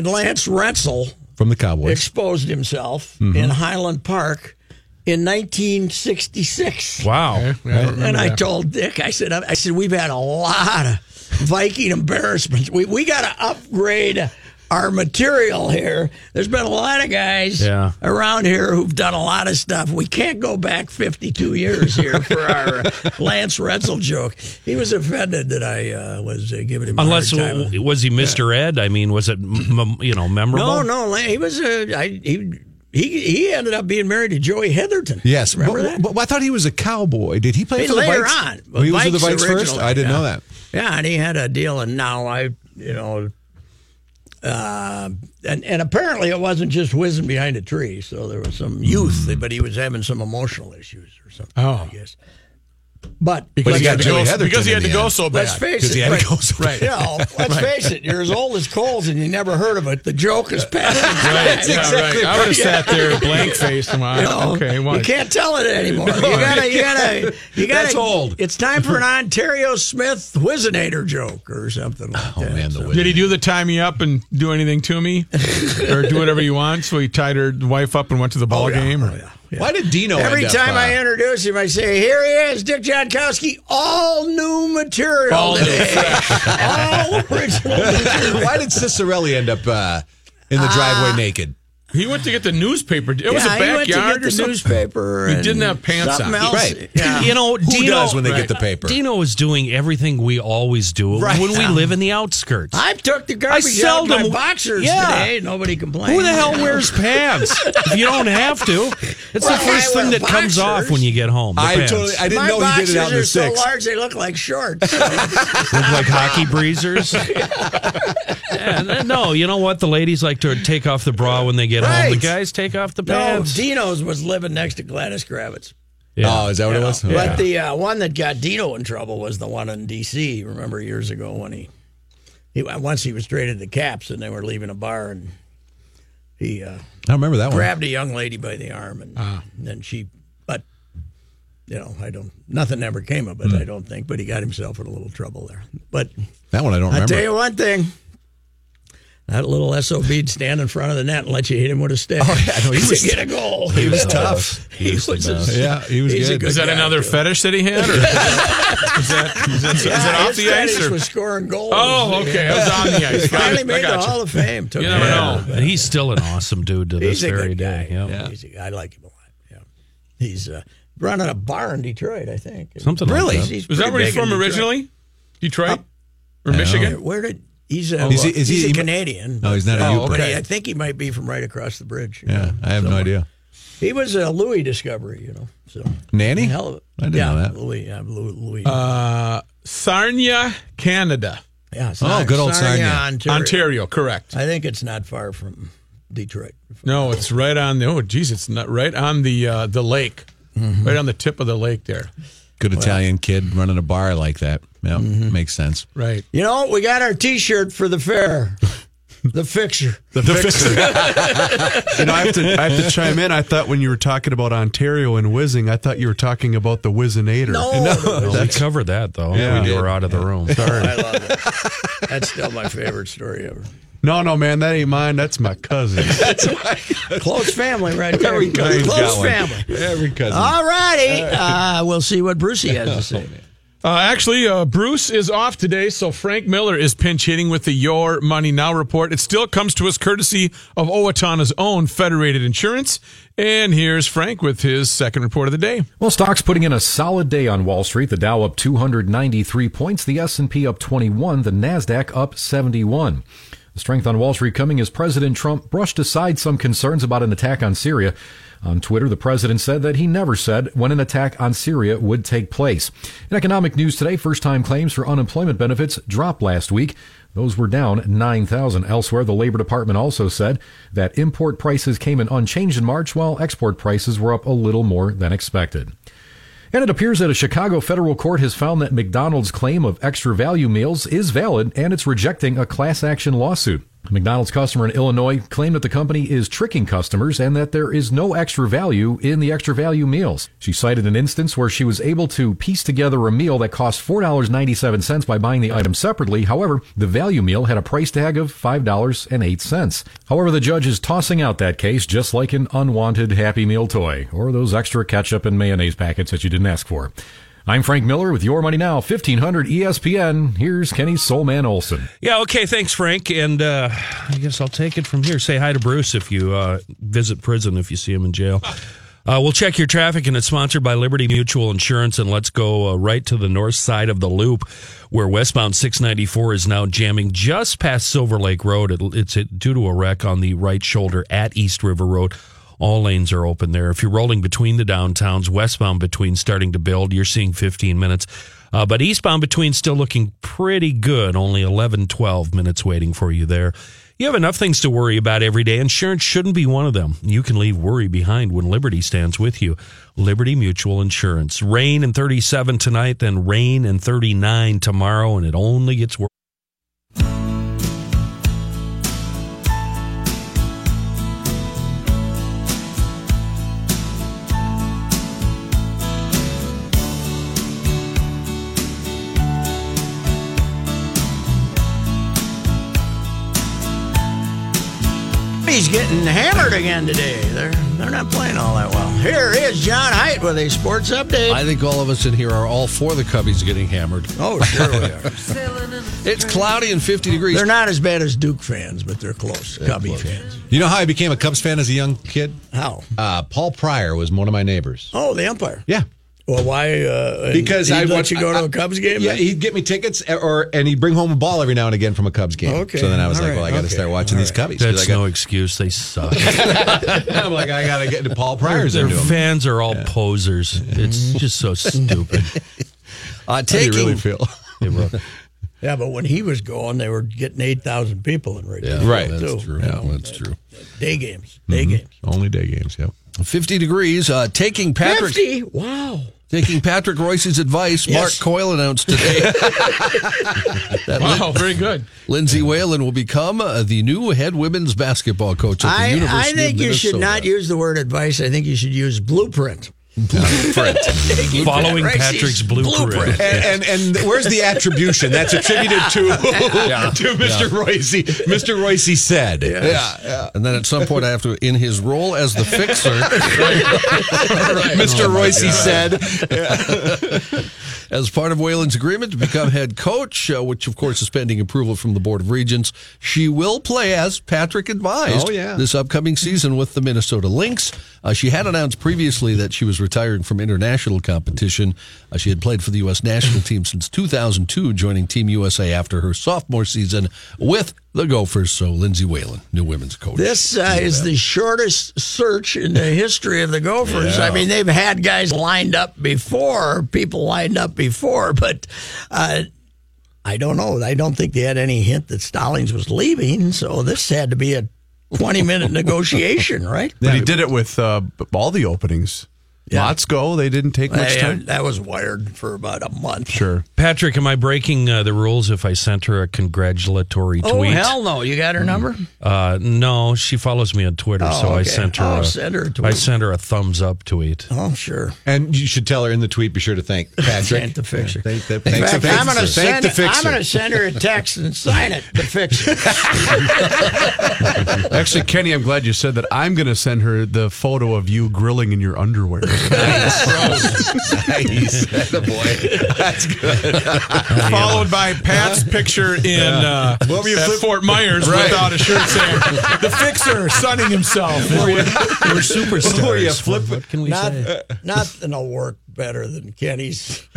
Speaker 2: Lance Rensel
Speaker 3: From the Cowboys.
Speaker 2: exposed himself in Highland Park in 1966.
Speaker 1: Wow.
Speaker 2: And I told Dick, I said, I said, we've had a lot of Viking embarrassments. We we got to upgrade our material here. There's been a lot of guys
Speaker 1: Yeah.
Speaker 2: around here who've done a lot of stuff. We can't go back 52 years here for our uh, Lance Retzel joke. He was offended that I uh, was uh, giving him a
Speaker 1: Unless
Speaker 2: hard time.
Speaker 1: w- was he Mr. Ed? I mean, was it m- m- you know memorable?
Speaker 2: no, no, Lan- he was a I, he he he ended up being married to Joey Heatherton.
Speaker 3: Yes,
Speaker 2: remember
Speaker 3: but,
Speaker 2: that?
Speaker 3: but I thought he was a cowboy. Did he play
Speaker 2: Hey,
Speaker 3: for the
Speaker 2: later
Speaker 3: Vikes?
Speaker 2: on,
Speaker 3: Oh, he was with the
Speaker 2: Vikes
Speaker 3: Vikes first.
Speaker 2: originally,
Speaker 3: I didn't
Speaker 2: yeah.
Speaker 3: know that.
Speaker 2: Yeah, and he had a deal, and now I, you know, uh, and and apparently it wasn't just whizzing behind a tree. So there was some youth, but he was having some emotional issues or something.
Speaker 4: Oh.
Speaker 2: I guess. But
Speaker 5: But
Speaker 4: Because
Speaker 5: he
Speaker 4: he
Speaker 5: got
Speaker 4: had to
Speaker 5: Joey
Speaker 4: go,
Speaker 5: Heatherton
Speaker 4: because he
Speaker 5: in
Speaker 4: had to
Speaker 5: the
Speaker 4: go
Speaker 5: end.
Speaker 4: so bad.
Speaker 2: let's face it.
Speaker 5: he had to go so
Speaker 2: right.
Speaker 5: bad.
Speaker 2: Yeah, let's face it. You're as old as Coles, and you never heard of it. The joke is passed. [LAUGHS] That's
Speaker 1: yeah,
Speaker 5: exactly
Speaker 1: right. I would have sat
Speaker 2: [LAUGHS]
Speaker 1: there blank faced and
Speaker 4: [LAUGHS]
Speaker 1: went, okay,
Speaker 2: you
Speaker 1: what?
Speaker 2: can't tell it anymore. you gotta, you gotta, you gotta.
Speaker 5: That's old.
Speaker 2: It's time for an Ontario Smith Whizinator joke or something like
Speaker 5: Oh
Speaker 2: that.
Speaker 5: man, the
Speaker 4: Did he do the tie me up and do anything
Speaker 2: [LAUGHS]
Speaker 4: to me, or do whatever you want? So he tied her wife up and went to
Speaker 2: Oh,
Speaker 4: the ball game. Or,
Speaker 5: Why did Dino?
Speaker 2: Every
Speaker 5: end up,
Speaker 2: time I
Speaker 5: uh,
Speaker 2: introduce him, I say, "Here he is, Dick Jankowski, all new material
Speaker 4: All new,
Speaker 2: today, [LAUGHS] all original." material."
Speaker 5: [LAUGHS] Why did Cicerelli end up uh, in the
Speaker 2: Ah,
Speaker 5: driveway naked?
Speaker 4: He went to get the newspaper. It was a
Speaker 2: Yeah, he went
Speaker 4: backyard
Speaker 2: to get
Speaker 4: or
Speaker 2: the
Speaker 4: something.
Speaker 2: newspaper.
Speaker 4: He
Speaker 2: and
Speaker 4: didn't have pants
Speaker 2: something
Speaker 4: on.
Speaker 2: Else.
Speaker 5: Right.
Speaker 2: Yeah.
Speaker 6: You know,
Speaker 5: Who
Speaker 6: Dino,
Speaker 5: does when they get the paper?
Speaker 6: Dino is doing everything we always do
Speaker 5: Right.
Speaker 6: when we live in the outskirts.
Speaker 2: I took the garbage out
Speaker 6: seldom-
Speaker 2: of my boxers
Speaker 6: Yeah.
Speaker 2: today. Nobody complained.
Speaker 6: Who the hell
Speaker 2: you know?
Speaker 6: wears pants? if you don't have to, it's
Speaker 2: Well,
Speaker 6: the first
Speaker 2: I wear
Speaker 6: thing that comes
Speaker 2: boxers.
Speaker 6: off when you get home. the
Speaker 5: I
Speaker 6: pants.
Speaker 5: totally. I didn't
Speaker 2: My
Speaker 5: know he did
Speaker 2: boxers
Speaker 5: it out in
Speaker 2: are
Speaker 5: the
Speaker 2: so
Speaker 5: six.
Speaker 2: large they look
Speaker 5: [LAUGHS]
Speaker 2: like shorts.
Speaker 6: Look like
Speaker 2: [LAUGHS]
Speaker 6: hockey breezers. Yeah, th- no, you know what? The ladies like to take off the bra when they get home. The
Speaker 2: Right.
Speaker 6: guys take off the
Speaker 2: no,
Speaker 6: pants.
Speaker 2: Dino's was living next to Gladys Kravitz.
Speaker 5: Oh, is that what it was?
Speaker 2: But the uh, one that got Dino in trouble was the one in D.C. Remember years ago when he, he once he was traded to the Caps and they were leaving a bar and he uh,
Speaker 5: I remember that one.
Speaker 2: grabbed a young lady by the arm and,
Speaker 5: Ah.
Speaker 2: and then she, but you know I don't nothing ever came of it
Speaker 5: Hmm.
Speaker 2: I don't think. But he got himself in a little trouble there. But
Speaker 5: That one I don't
Speaker 2: I
Speaker 5: remember.
Speaker 2: tell you one thing. That little SOB'd stand in front of the net and let you hit him with a stick
Speaker 5: Oh, no, he
Speaker 2: [LAUGHS] to
Speaker 5: was-
Speaker 2: get a goal. He [LAUGHS]
Speaker 5: was tough.
Speaker 2: He was, a-
Speaker 5: Yeah, he was
Speaker 2: he's a
Speaker 5: good.
Speaker 4: Is that
Speaker 2: guy,
Speaker 4: another
Speaker 2: too.
Speaker 4: fetish that he had? Or is that, is that, is that, is that
Speaker 2: Yeah,
Speaker 4: off
Speaker 2: his
Speaker 4: the ice?
Speaker 2: fetish
Speaker 4: Or?
Speaker 2: was scoring goals. [LAUGHS]
Speaker 4: oh, okay. I was on the ice. Got
Speaker 2: Finally
Speaker 4: it. I
Speaker 2: made the
Speaker 4: got you.
Speaker 2: Hall of Fame. Took
Speaker 4: You never
Speaker 2: it.
Speaker 4: know.
Speaker 6: Oh, And he's still an awesome dude to this
Speaker 2: He's a
Speaker 6: very
Speaker 2: good
Speaker 6: day.
Speaker 2: guy.
Speaker 6: Yep.
Speaker 2: He's a- I like him a lot. Yeah. He's uh, running a bar in Detroit, I think.
Speaker 6: Something like
Speaker 5: Really?
Speaker 6: that.
Speaker 2: He's
Speaker 4: Was
Speaker 2: pretty
Speaker 4: that where he's
Speaker 2: big in
Speaker 4: from
Speaker 2: Detroit. Oh,
Speaker 4: originally? Detroit or Michigan?
Speaker 2: Where did he's a,
Speaker 5: Is he- is
Speaker 2: he's
Speaker 5: he-
Speaker 2: a Canadian.
Speaker 5: No, he's not a
Speaker 2: Oh,
Speaker 5: Uper.
Speaker 2: okay. I think he might be from right across the bridge. you
Speaker 5: yeah,
Speaker 2: know,
Speaker 5: I have no
Speaker 2: somewhere.
Speaker 5: idea.
Speaker 2: He was a Louis discovery, you know. So
Speaker 5: Nanny?
Speaker 2: hell of it.
Speaker 5: I didn't
Speaker 2: yeah,
Speaker 5: know that. Uh,
Speaker 2: Louis, yeah, Louis. Louis.
Speaker 4: Sarnia, Canada,
Speaker 2: yeah,
Speaker 5: Oh, good old Sarnia.
Speaker 2: Ontario.
Speaker 4: Ontario. Correct.
Speaker 2: I think it's not far from Detroit.
Speaker 4: No, it's right on the. Oh, geez, it's not right on the uh, the lake,
Speaker 7: Mm-hmm.
Speaker 4: right on the tip of the lake there.
Speaker 5: Good Italian kid running a bar like that. Yeah,
Speaker 2: Mm-hmm.
Speaker 5: makes sense.
Speaker 7: [LAUGHS]
Speaker 4: Right.
Speaker 2: You know, we got our T-shirt for
Speaker 5: [LAUGHS]
Speaker 2: the fair. The fixer.
Speaker 5: The,
Speaker 4: [LAUGHS]
Speaker 5: fixer.
Speaker 7: You know, I have to I have to chime in. I thought when you were talking about Ontario and whizzing, I thought you were talking about the whizzinator.
Speaker 2: No,
Speaker 5: [LAUGHS]
Speaker 6: Well, we covered that though.
Speaker 7: Yeah,
Speaker 6: we
Speaker 7: we
Speaker 6: were out of the room.
Speaker 2: [LAUGHS] I love it. That's still my favorite story ever.
Speaker 7: no, no, man, that ain't mine. That's my
Speaker 4: [LAUGHS]
Speaker 7: cousin.
Speaker 2: Close family, right there.
Speaker 5: Every cousin's got
Speaker 2: Close
Speaker 5: one.
Speaker 2: family.
Speaker 5: Every cousin. [LAUGHS]
Speaker 2: All righty, uh, we'll see what Brucey has to say.
Speaker 4: Uh, actually, uh, Bruce is off today, so Frank Miller is pinch hitting with the Your Money Now report. It still comes to us courtesy of Owatonna's own Federated Insurance. And here's Frank with his second report of the day.
Speaker 8: Well, stocks putting in a solid day on Wall Street. The Dow up 293 points, the S&P up 21, the Nasdaq up 71. The strength on Wall Street coming as President Trump brushed aside some concerns about an attack on Syria. On Twitter, the president said that he never said when an attack on Syria would take place. In economic news today, first-time claims for unemployment benefits dropped last week. Those were down 9,000. Elsewhere, the Labor Department also said that import prices came in unchanged in March, while export prices were up a little more than expected. And it appears that a Chicago federal court has found that McDonald's claim of extra value meals is valid and it's rejecting a class action lawsuit. A McDonald's customer in Illinois claimed that the company is tricking customers and that there is no extra value in the extra value meals. She cited an instance where she was able to piece together a meal that cost $4.97 by buying the item separately. However, the value meal had a price tag of $5.08. However, the judge is tossing out that case just like an unwanted Happy Meal toy or those extra ketchup and mayonnaise packets that you didn't ask for. I'm Frank Miller with Your Money Now, E 1500 ESPN. Here's Kenny Soulman Olson.
Speaker 6: Yeah, okay, thanks, Frank. And uh, I guess I'll take it from here. Say hi to Bruce if you uh, visit prison, if you see him in jail. Uh, we'll check your traffic, and it's sponsored by Liberty Mutual Insurance. And let's go uh, right to the north side of the loop where westbound 694 is now jamming just past Silver Lake Road. It, it's it, due to a wreck on the right shoulder at East River Road. All lanes are open there. If you're rolling between the downtowns, westbound between starting to build, you're seeing 15 minutes. Uh, but eastbound between still looking pretty good, only 11, 12 minutes waiting for you there. You have enough things to worry about every day. Insurance shouldn't be one of them. You can leave worry behind when Liberty stands with you. Liberty Mutual Insurance. Rain and 37 tonight, then rain and 39 tomorrow, and it only gets worse.
Speaker 2: He's getting hammered again today. They're they're not playing all that well. Here is John Height with a sports update.
Speaker 5: I think all of us in here are all for the Cubbies getting hammered.
Speaker 2: oh, sure
Speaker 5: [LAUGHS]
Speaker 2: we are.
Speaker 5: It's cloudy and 50 degrees.
Speaker 2: They're not as bad as Duke fans, but they're close. Cubby fans.
Speaker 5: You know how I became a Cubs fan as a young kid?
Speaker 2: How?
Speaker 5: Uh, Paul Pryor was one of my neighbors.
Speaker 2: Oh, the umpire.
Speaker 5: Yeah.
Speaker 2: Well, why? Uh,
Speaker 5: Because
Speaker 2: he'd
Speaker 5: I
Speaker 2: let
Speaker 5: watch-
Speaker 2: you go
Speaker 5: I-
Speaker 2: to a Cubs game.
Speaker 5: Yeah, he'd get me tickets, eh, or and he'd bring home a ball every now and again from a Cubs game.
Speaker 2: Okay.
Speaker 5: So then I was
Speaker 2: All
Speaker 5: like,
Speaker 2: right.
Speaker 5: well, I got to
Speaker 2: Okay.
Speaker 5: start watching
Speaker 2: All
Speaker 5: these
Speaker 2: right.
Speaker 5: Cubbies. 'cause
Speaker 6: That's
Speaker 5: I got,
Speaker 6: no excuse.
Speaker 5: [LAUGHS]
Speaker 6: They suck.
Speaker 5: I'm like, I got to get into [LAUGHS] Paul Pryor's
Speaker 6: Their
Speaker 5: into 'em.
Speaker 6: fans are all posers.
Speaker 5: Mm-hmm.
Speaker 6: It's just
Speaker 5: [LAUGHS]
Speaker 6: so stupid.
Speaker 5: Uh, taking,
Speaker 2: really
Speaker 6: [LAUGHS]
Speaker 5: feel?
Speaker 2: yeah, but when he was going, they were getting eight thousand people in Wrigley. Field,
Speaker 5: right.
Speaker 2: too.
Speaker 5: Yeah, that's true. Mm-hmm.
Speaker 2: Day games. Day games.
Speaker 5: Only day games. Yep. 50 degrees. Uh, taking Patrick.
Speaker 2: Fifty. Wow.
Speaker 5: Taking Patrick Royce's advice,
Speaker 2: Yes.
Speaker 3: Mark Coyle announced
Speaker 5: [LAUGHS]
Speaker 6: [LAUGHS]
Speaker 3: today that Lin-
Speaker 4: [LAUGHS] Wow, very good.
Speaker 3: Lindsey Whalen will become uh, the new head women's basketball coach at the
Speaker 2: I,
Speaker 3: University
Speaker 2: I think
Speaker 3: of
Speaker 2: you should not
Speaker 3: Minnesota.
Speaker 2: use the word advice. I think you should use blueprint. [LAUGHS]
Speaker 6: Following
Speaker 2: Right, she's
Speaker 6: Patrick's blueprint.
Speaker 2: blueprint.
Speaker 5: And, and and where's the attribution that's attributed [LAUGHS] to to Mr. Royce? Mr. Royce said.
Speaker 3: Yeah, yeah. Uh, And then at some point, I have to, in his role as the fixer,
Speaker 2: [LAUGHS]
Speaker 5: Mr. Royce said.
Speaker 3: as part of Whalen's agreement to become head coach, uh, which of course is pending approval from the Board of Regents, she will play as Patrick advised
Speaker 5: Oh, yeah.
Speaker 3: this upcoming season with the Minnesota Lynx. Uh, she had announced previously that she was retiring from international competition. Uh, she had played for the U.S. national team since 2002, joining Team USA after her sophomore season with the Gophers. So Lindsey Whalen, new women's coach.
Speaker 2: This uh, is the shortest search in the history of the Gophers. I mean, they've had guys lined up before, people lined up before, but uh, I don't know. I don't think they had any hint that Stallings was leaving, so this had to be a 20
Speaker 5: [LAUGHS]
Speaker 2: minute negotiation, right?
Speaker 7: But he did it with uh, b- all the openings.
Speaker 2: Yeah.
Speaker 7: Lots go. They didn't take much
Speaker 2: They-
Speaker 7: time.
Speaker 2: that was wired for about a month.
Speaker 7: Sure.
Speaker 6: Patrick, am I breaking uh, the rules if I sent her a congratulatory
Speaker 2: Oh,
Speaker 6: tweet?
Speaker 2: hell no. You
Speaker 5: Mm-hmm.
Speaker 2: got her number?
Speaker 6: Uh, no, she follows me on Twitter,
Speaker 2: Oh,
Speaker 6: so I
Speaker 2: okay.
Speaker 6: sent her.
Speaker 2: Oh,
Speaker 6: a,
Speaker 2: send her a tweet.
Speaker 6: I sent her a thumbs
Speaker 2: [LAUGHS]
Speaker 6: up tweet.
Speaker 2: Oh, sure.
Speaker 5: And you should tell her in the tweet, be sure to thank Patrick.
Speaker 2: Thank the fixer.
Speaker 5: Thank the,
Speaker 2: In
Speaker 5: thanks
Speaker 2: fact,
Speaker 5: the
Speaker 2: I'm going to
Speaker 5: fixer. Thank
Speaker 2: send.
Speaker 5: the fixer.
Speaker 2: I'm going
Speaker 5: [LAUGHS]
Speaker 2: to send her a text and sign it. The fixer.
Speaker 7: Actually, Kenny, I'm glad you said that. I'm going to send her the photo of you grilling in your underwear.
Speaker 5: nice. Attaboy. That's good.
Speaker 4: [LAUGHS] Followed by Pat's picture in uh,
Speaker 5: What were you
Speaker 4: at
Speaker 5: flip-
Speaker 4: Fort Myers
Speaker 5: Right.
Speaker 4: without a shirt saying, the fixer sunning himself.
Speaker 5: [LAUGHS]
Speaker 6: We're superstars.
Speaker 2: Oh,
Speaker 5: Or you flip-
Speaker 6: What can we
Speaker 2: Not,
Speaker 6: say?
Speaker 5: [LAUGHS]
Speaker 2: nothing will work better than
Speaker 4: [LAUGHS]
Speaker 2: Kenny's.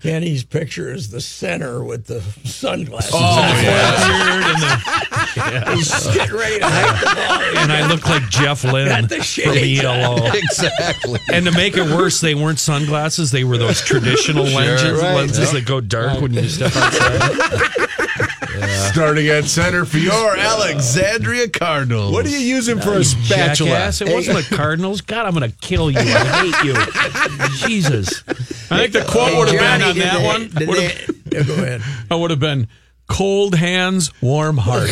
Speaker 2: Kenny's picture is the center with the sunglasses. [LAUGHS] Oh, Get ready to hike the ball.
Speaker 6: and I look like Jeff Lynne
Speaker 2: Got the
Speaker 6: from
Speaker 2: shades
Speaker 6: ELO.
Speaker 3: exactly.
Speaker 6: And to make it worse, they weren't sunglasses; they were those traditional lenses,
Speaker 5: right.
Speaker 6: lenses that go dark when you step outside.
Speaker 7: Starting at center for your Alexandria Cardinals.
Speaker 5: What do you use him for a spatula?
Speaker 6: Jackass! It wasn't the Cardinals. God, I'm gonna kill you. I
Speaker 2: [LAUGHS]
Speaker 6: hate you. Jesus.
Speaker 4: I think the quote would have been
Speaker 2: Johnny,
Speaker 4: on
Speaker 2: did
Speaker 4: that
Speaker 2: they-
Speaker 4: one.
Speaker 2: did
Speaker 4: would've-
Speaker 2: they- Yeah, go ahead.
Speaker 4: I would have been cold hands, warm heart.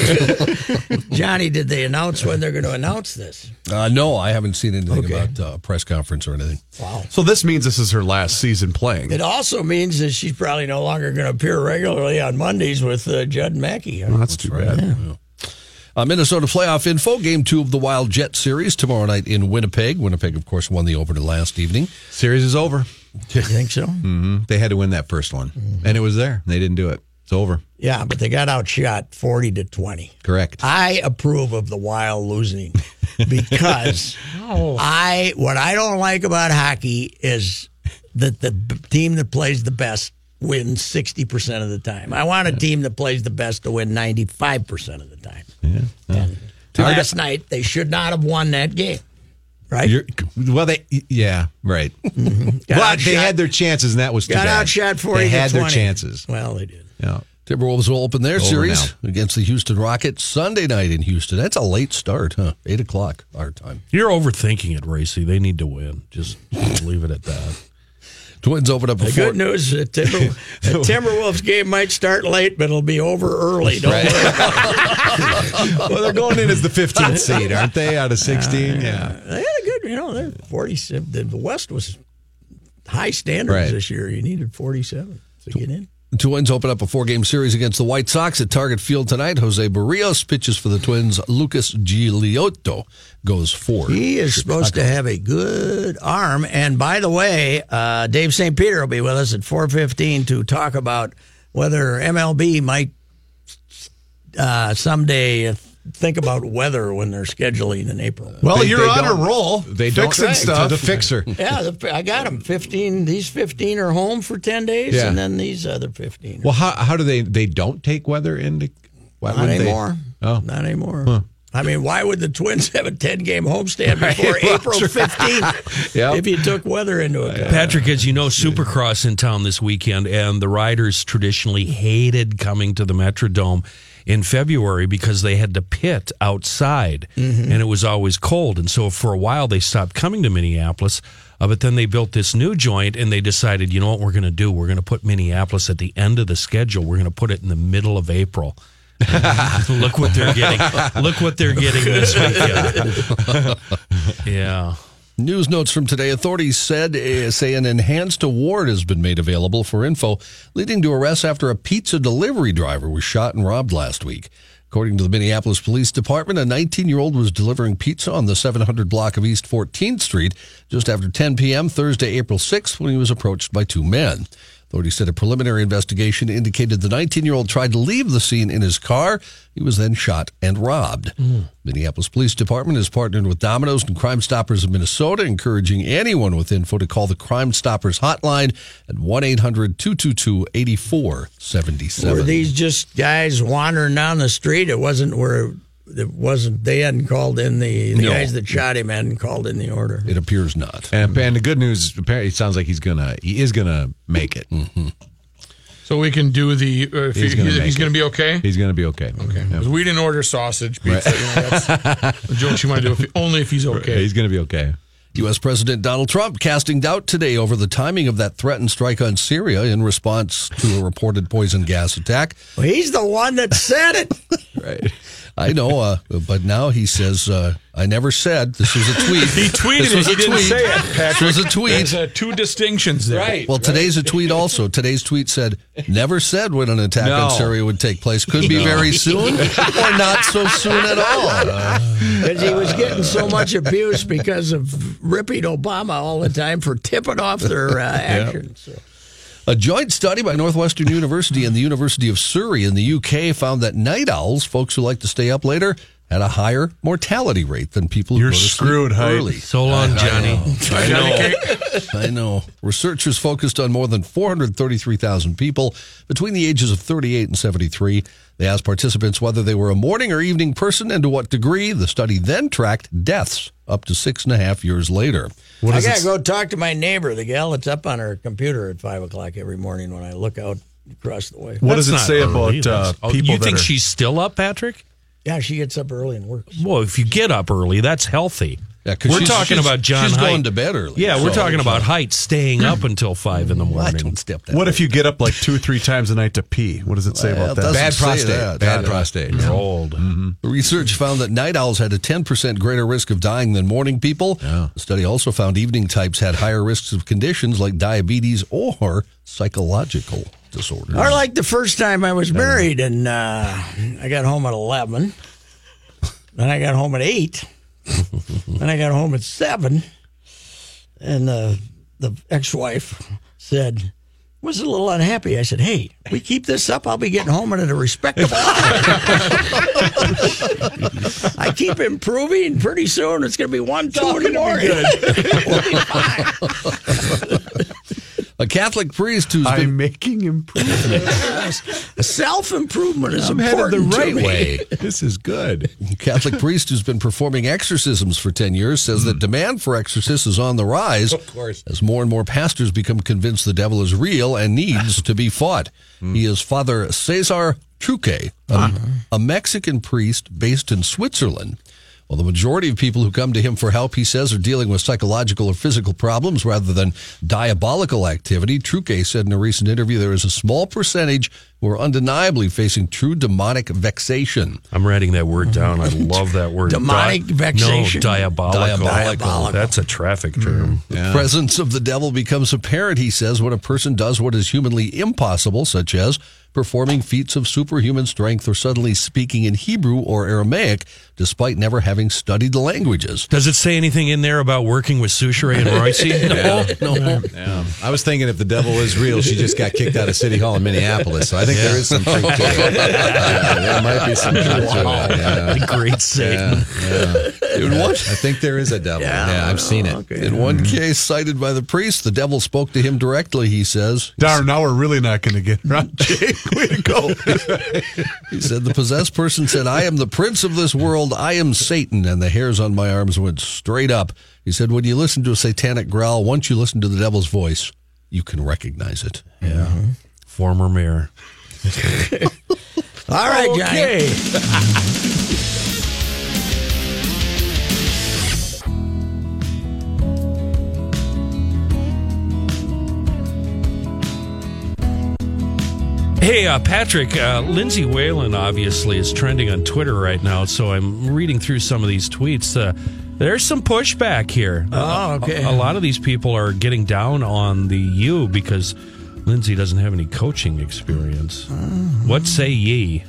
Speaker 2: Johnny, did they announce when they're going to announce this?
Speaker 3: Uh, no, I haven't seen anything about uh, press conference or anything.
Speaker 7: So this means this is her last season playing.
Speaker 2: It also means that she's probably no longer going to appear regularly on Mondays with uh, Judd Mackey.
Speaker 7: That's too bad.
Speaker 3: Uh, Minnesota playoff info. Game two of the Wild Jet series tomorrow night in Winnipeg. Winnipeg, of course, won the opener last evening.
Speaker 5: Series is over.
Speaker 2: You think so?
Speaker 5: They had to win that first one,
Speaker 2: Mm-hmm.
Speaker 5: and it was there. They didn't do it. It's over.
Speaker 2: Yeah, but they got outshot forty to twenty.
Speaker 5: Correct.
Speaker 2: I approve of the
Speaker 5: [LAUGHS]
Speaker 2: Wild losing because I what I don't like about hockey is that the b- team that plays the best wins sixty percent of the time. I want a team that plays the best to win ninety five percent of the time. Yeah. last night they should not have won that game. Right? Mm-hmm.
Speaker 5: You're, well, they yeah right, but
Speaker 2: Got
Speaker 5: they
Speaker 2: outshot-
Speaker 5: had their chances, and that was too
Speaker 2: got
Speaker 5: bad.
Speaker 2: outshot forty.
Speaker 5: They
Speaker 2: to
Speaker 5: had their
Speaker 2: 20.
Speaker 5: chances.
Speaker 2: Well, they did.
Speaker 5: Yeah.
Speaker 3: To Timberwolves will open their
Speaker 5: Over
Speaker 3: series against the Houston Rockets Sunday night in Houston. That's a late start, huh? Eight o'clock our time.
Speaker 6: You're overthinking it, Racy. They need to win. Just leave it at that.
Speaker 3: Twins open up a
Speaker 2: The
Speaker 3: four.
Speaker 2: good news is
Speaker 5: [LAUGHS]
Speaker 2: that Timber, the Timberwolves game might start late, but it'll be over early. Don't worry.
Speaker 5: well, they're going in as the 15th seed, aren't they? Out of 16, yeah.
Speaker 2: They had a good, you know, they're 47. The the West was high standards
Speaker 5: Right.
Speaker 2: this year. You needed 47 to get in.
Speaker 3: Twins open up a four game series against the White Sox at Target Field tonight. Jose Barrios pitches for the Twins. Lucas Giolito goes four.
Speaker 2: He is supposed to have a good arm. And by the way, uh, Dave St. Peter will be with us at 4:15 to talk about whether MLB might uh, someday think about weather when they're scheduling in April.
Speaker 7: Well,
Speaker 5: They-
Speaker 7: you're
Speaker 5: they
Speaker 7: on a
Speaker 5: don't-
Speaker 7: roll.
Speaker 5: They don't
Speaker 7: fixing
Speaker 5: thank
Speaker 7: stuff.
Speaker 5: to the fixer.
Speaker 2: Yeah, the, I got them. Fifteen. These fifteen are home for ten days,
Speaker 5: Yeah.
Speaker 2: and then these other fifteen.
Speaker 5: Well, how, how do they? They don't take weather into. Why
Speaker 2: not
Speaker 5: would
Speaker 2: anymore.
Speaker 5: They? Oh,
Speaker 2: Not anymore. I mean, why would the Twins have a ten-game
Speaker 5: [LAUGHS]
Speaker 2: homestand before April fifteenth?
Speaker 5: Yep. Oh,
Speaker 2: If you took weather into account.
Speaker 6: Patrick, as you know, Supercross in town this weekend, and the riders traditionally hated coming to the Metrodome in February because they had to pit outside, and it was always cold. And so for a while, they stopped coming to Minneapolis. Uh, but then they built this new joint, and they decided, you know what, we're going to do? We're going to put Minneapolis at the end of the schedule. We're going to put it in the middle of April. Look what they're getting! Look what they're getting this weekend. yeah.
Speaker 3: News notes from today. Authorities said eh, say an enhanced award has been made available for info leading to arrests after a pizza delivery driver was shot and robbed last week. According to the Minneapolis Police Department, a 19-year-old was delivering pizza on the 700 block of East 14th Street just after 10 p.m. Thursday, April 6th, when he was approached by two men. Authorities said a preliminary investigation indicated the 19 year old tried to leave the scene in his car. He was then shot and robbed. Minneapolis Police Department has partnered with Domino's and Crime Stoppers of Minnesota, encouraging anyone with info to call the Crime Stoppers hotline at 1 800 222
Speaker 2: Were
Speaker 3: 8477.
Speaker 2: these just guys wandering down the street? It wasn't where it wasn't. They hadn't called in the, the
Speaker 3: No.
Speaker 2: guys that shot him hadn't called in the order.
Speaker 3: It appears not.
Speaker 5: and, and the good news is apparently it sounds like he's gonna he is gonna make it.
Speaker 4: So we can do the. Uh, if
Speaker 5: He's
Speaker 4: he-
Speaker 5: gonna
Speaker 4: he's,
Speaker 5: make it.
Speaker 4: gonna be okay.
Speaker 5: He's gonna be okay.
Speaker 4: okay.
Speaker 5: Yeah.
Speaker 4: 'Cause We didn't order sausage pizza. You know,
Speaker 7: [LAUGHS]
Speaker 4: that's a joke you want to do if, only if he's
Speaker 5: Yeah,
Speaker 4: okay.
Speaker 5: he's gonna be okay.
Speaker 3: U.S. President Donald Trump casting doubt today over the timing of that threatened strike on Syria in response to a reported poison gas attack.
Speaker 2: Well, he's the one that said it.
Speaker 5: Right.
Speaker 3: I know, uh, but now he says, uh, "I never said this was a tweet."
Speaker 4: [LAUGHS] He tweeted
Speaker 3: This was
Speaker 4: it. He
Speaker 3: a
Speaker 4: didn't
Speaker 3: tweet.
Speaker 4: say it.
Speaker 3: This was a
Speaker 4: There's
Speaker 3: tweet.
Speaker 4: uh, two distinctions there. Right.
Speaker 3: Well, today's a tweet also. Today's tweet said, never said when an attack
Speaker 5: No.
Speaker 3: on Syria would take place. Could be very
Speaker 4: [LAUGHS]
Speaker 3: soon or not so soon at all.
Speaker 2: because he was getting so much abuse because of ripping Obama all the time for tipping off their uh, actions.
Speaker 3: A joint study by Northwestern University and the University of Surrey in the UK found that night owls, folks who like to stay up later, had a higher mortality rate than people who
Speaker 7: You're
Speaker 3: go to
Speaker 7: screwed,
Speaker 3: sleep
Speaker 7: Hyde.
Speaker 3: early.
Speaker 6: So long, Johnny.
Speaker 3: I know. Researchers focused on more than 433,000 people between the ages of 38 and 73. They asked participants whether they were a morning or evening person and to what degree. The study then tracked deaths up to six and a half years later.
Speaker 2: I gotta go talk to my neighbor, the gal that's up on her computer at five o'clock every morning when I look out across the way.
Speaker 7: What
Speaker 6: That's
Speaker 7: does it
Speaker 6: not
Speaker 7: say
Speaker 6: early.
Speaker 7: about uh,
Speaker 6: That's- oh,
Speaker 7: people
Speaker 6: You
Speaker 7: that
Speaker 6: think
Speaker 7: are-
Speaker 6: she's still up, Patrick?
Speaker 2: Yeah, she gets up early and works.
Speaker 6: Well, if you get up early, that's healthy.
Speaker 3: Yeah, 'cause
Speaker 6: we're
Speaker 3: she's-
Speaker 6: talking
Speaker 3: she's-
Speaker 6: about John.
Speaker 3: she's
Speaker 6: Height.
Speaker 3: going to bed early,
Speaker 6: Yeah, we're
Speaker 3: so-
Speaker 6: talking about height staying up until five in the
Speaker 3: I
Speaker 6: morning.
Speaker 3: don't step that
Speaker 7: What if you get up like two, three times a night to pee? What does it say about
Speaker 3: Well, it
Speaker 7: that?
Speaker 3: Uh, doesn't
Speaker 5: Bad
Speaker 3: say
Speaker 5: prostate.
Speaker 3: that.
Speaker 5: Bad
Speaker 3: Yeah.
Speaker 5: prostate.
Speaker 6: You're old.
Speaker 3: The research found that night owls had a 10% greater risk of dying than morning people. The study also found evening types had higher risks of conditions like diabetes or psychological disorders.
Speaker 2: Or like the first time I was married, and uh, I got home at eleven, then I got home at
Speaker 6: [LAUGHS]
Speaker 2: eight, then I got home at seven, and uh, the ex-wife said was a little unhappy. I said, "Hey, we keep this up, I'll be getting home at a respectable." hour." [LAUGHS] I keep improving. Pretty soon, it's going to be one, two in the morning. We'll be fine.
Speaker 3: A Catholic priest who's been
Speaker 7: I'm making improvements.
Speaker 2: I Self improvement is
Speaker 5: I'm headed
Speaker 2: important
Speaker 5: the
Speaker 2: to
Speaker 5: right
Speaker 2: me.
Speaker 5: way. This is good.
Speaker 3: Catholic priest who's been performing exorcisms for 10 years says that demand for exorcists is on the rise Hmm. of course. as more and more pastors become convinced the devil is real and needs to be fought. He is Father Cesar Truque, a, a Mexican priest based in Switzerland. Well, the majority of people who come to him for help, he says, are dealing with psychological or physical problems rather than diabolical activity. Truque said in a recent interview there is a small percentage who are undeniably facing true demonic vexation.
Speaker 6: I'm writing that word
Speaker 3: [LAUGHS]
Speaker 6: down. I love that word.
Speaker 2: Demonic vexation.
Speaker 6: No, diabolical.
Speaker 2: Diabolical.
Speaker 6: That's a traffic term.
Speaker 3: presence of the devil becomes apparent, he says, when a person does what is humanly impossible, such as performing feats of superhuman strength or suddenly speaking in Hebrew or Aramaic, despite never having studied the languages.
Speaker 6: Does it say anything in there about working with Sushere and
Speaker 7: [LAUGHS]
Speaker 6: Royce? no.
Speaker 3: No,
Speaker 5: Yeah. I was thinking if the devil is real, she just got kicked out of City Hall in Minneapolis. So I think there is some truth to it.
Speaker 3: [LAUGHS]
Speaker 5: Yeah, there might be some truth
Speaker 6: Wow.
Speaker 5: to it. Yeah.
Speaker 6: [LAUGHS] Great save.
Speaker 5: Yeah, yeah.
Speaker 3: In one,
Speaker 5: I think there is a devil. Yeah, I've seen it. Mm-hmm.
Speaker 3: in one case cited by the priest, the devil spoke to him directly, he says.
Speaker 7: Darn, now we're really not going to get around Jake. Way to go.
Speaker 3: He said, The possessed person said, I am the prince of this world. I am Satan. And the hairs on my arms went straight up. He said, When you listen to a satanic growl, once you listen to the devil's voice, you can recognize it.
Speaker 6: Former mayor.
Speaker 2: All right, Johnny.
Speaker 6: Hey, uh, Patrick, uh, Lindsay Whalen obviously is trending on Twitter right now, so I'm reading through some of these tweets. Uh, there's some pushback here.
Speaker 2: Oh, okay.
Speaker 6: A, a lot of these people are getting down on the U because Lindsay doesn't have any coaching experience.
Speaker 4: Mm-hmm.
Speaker 6: What say ye?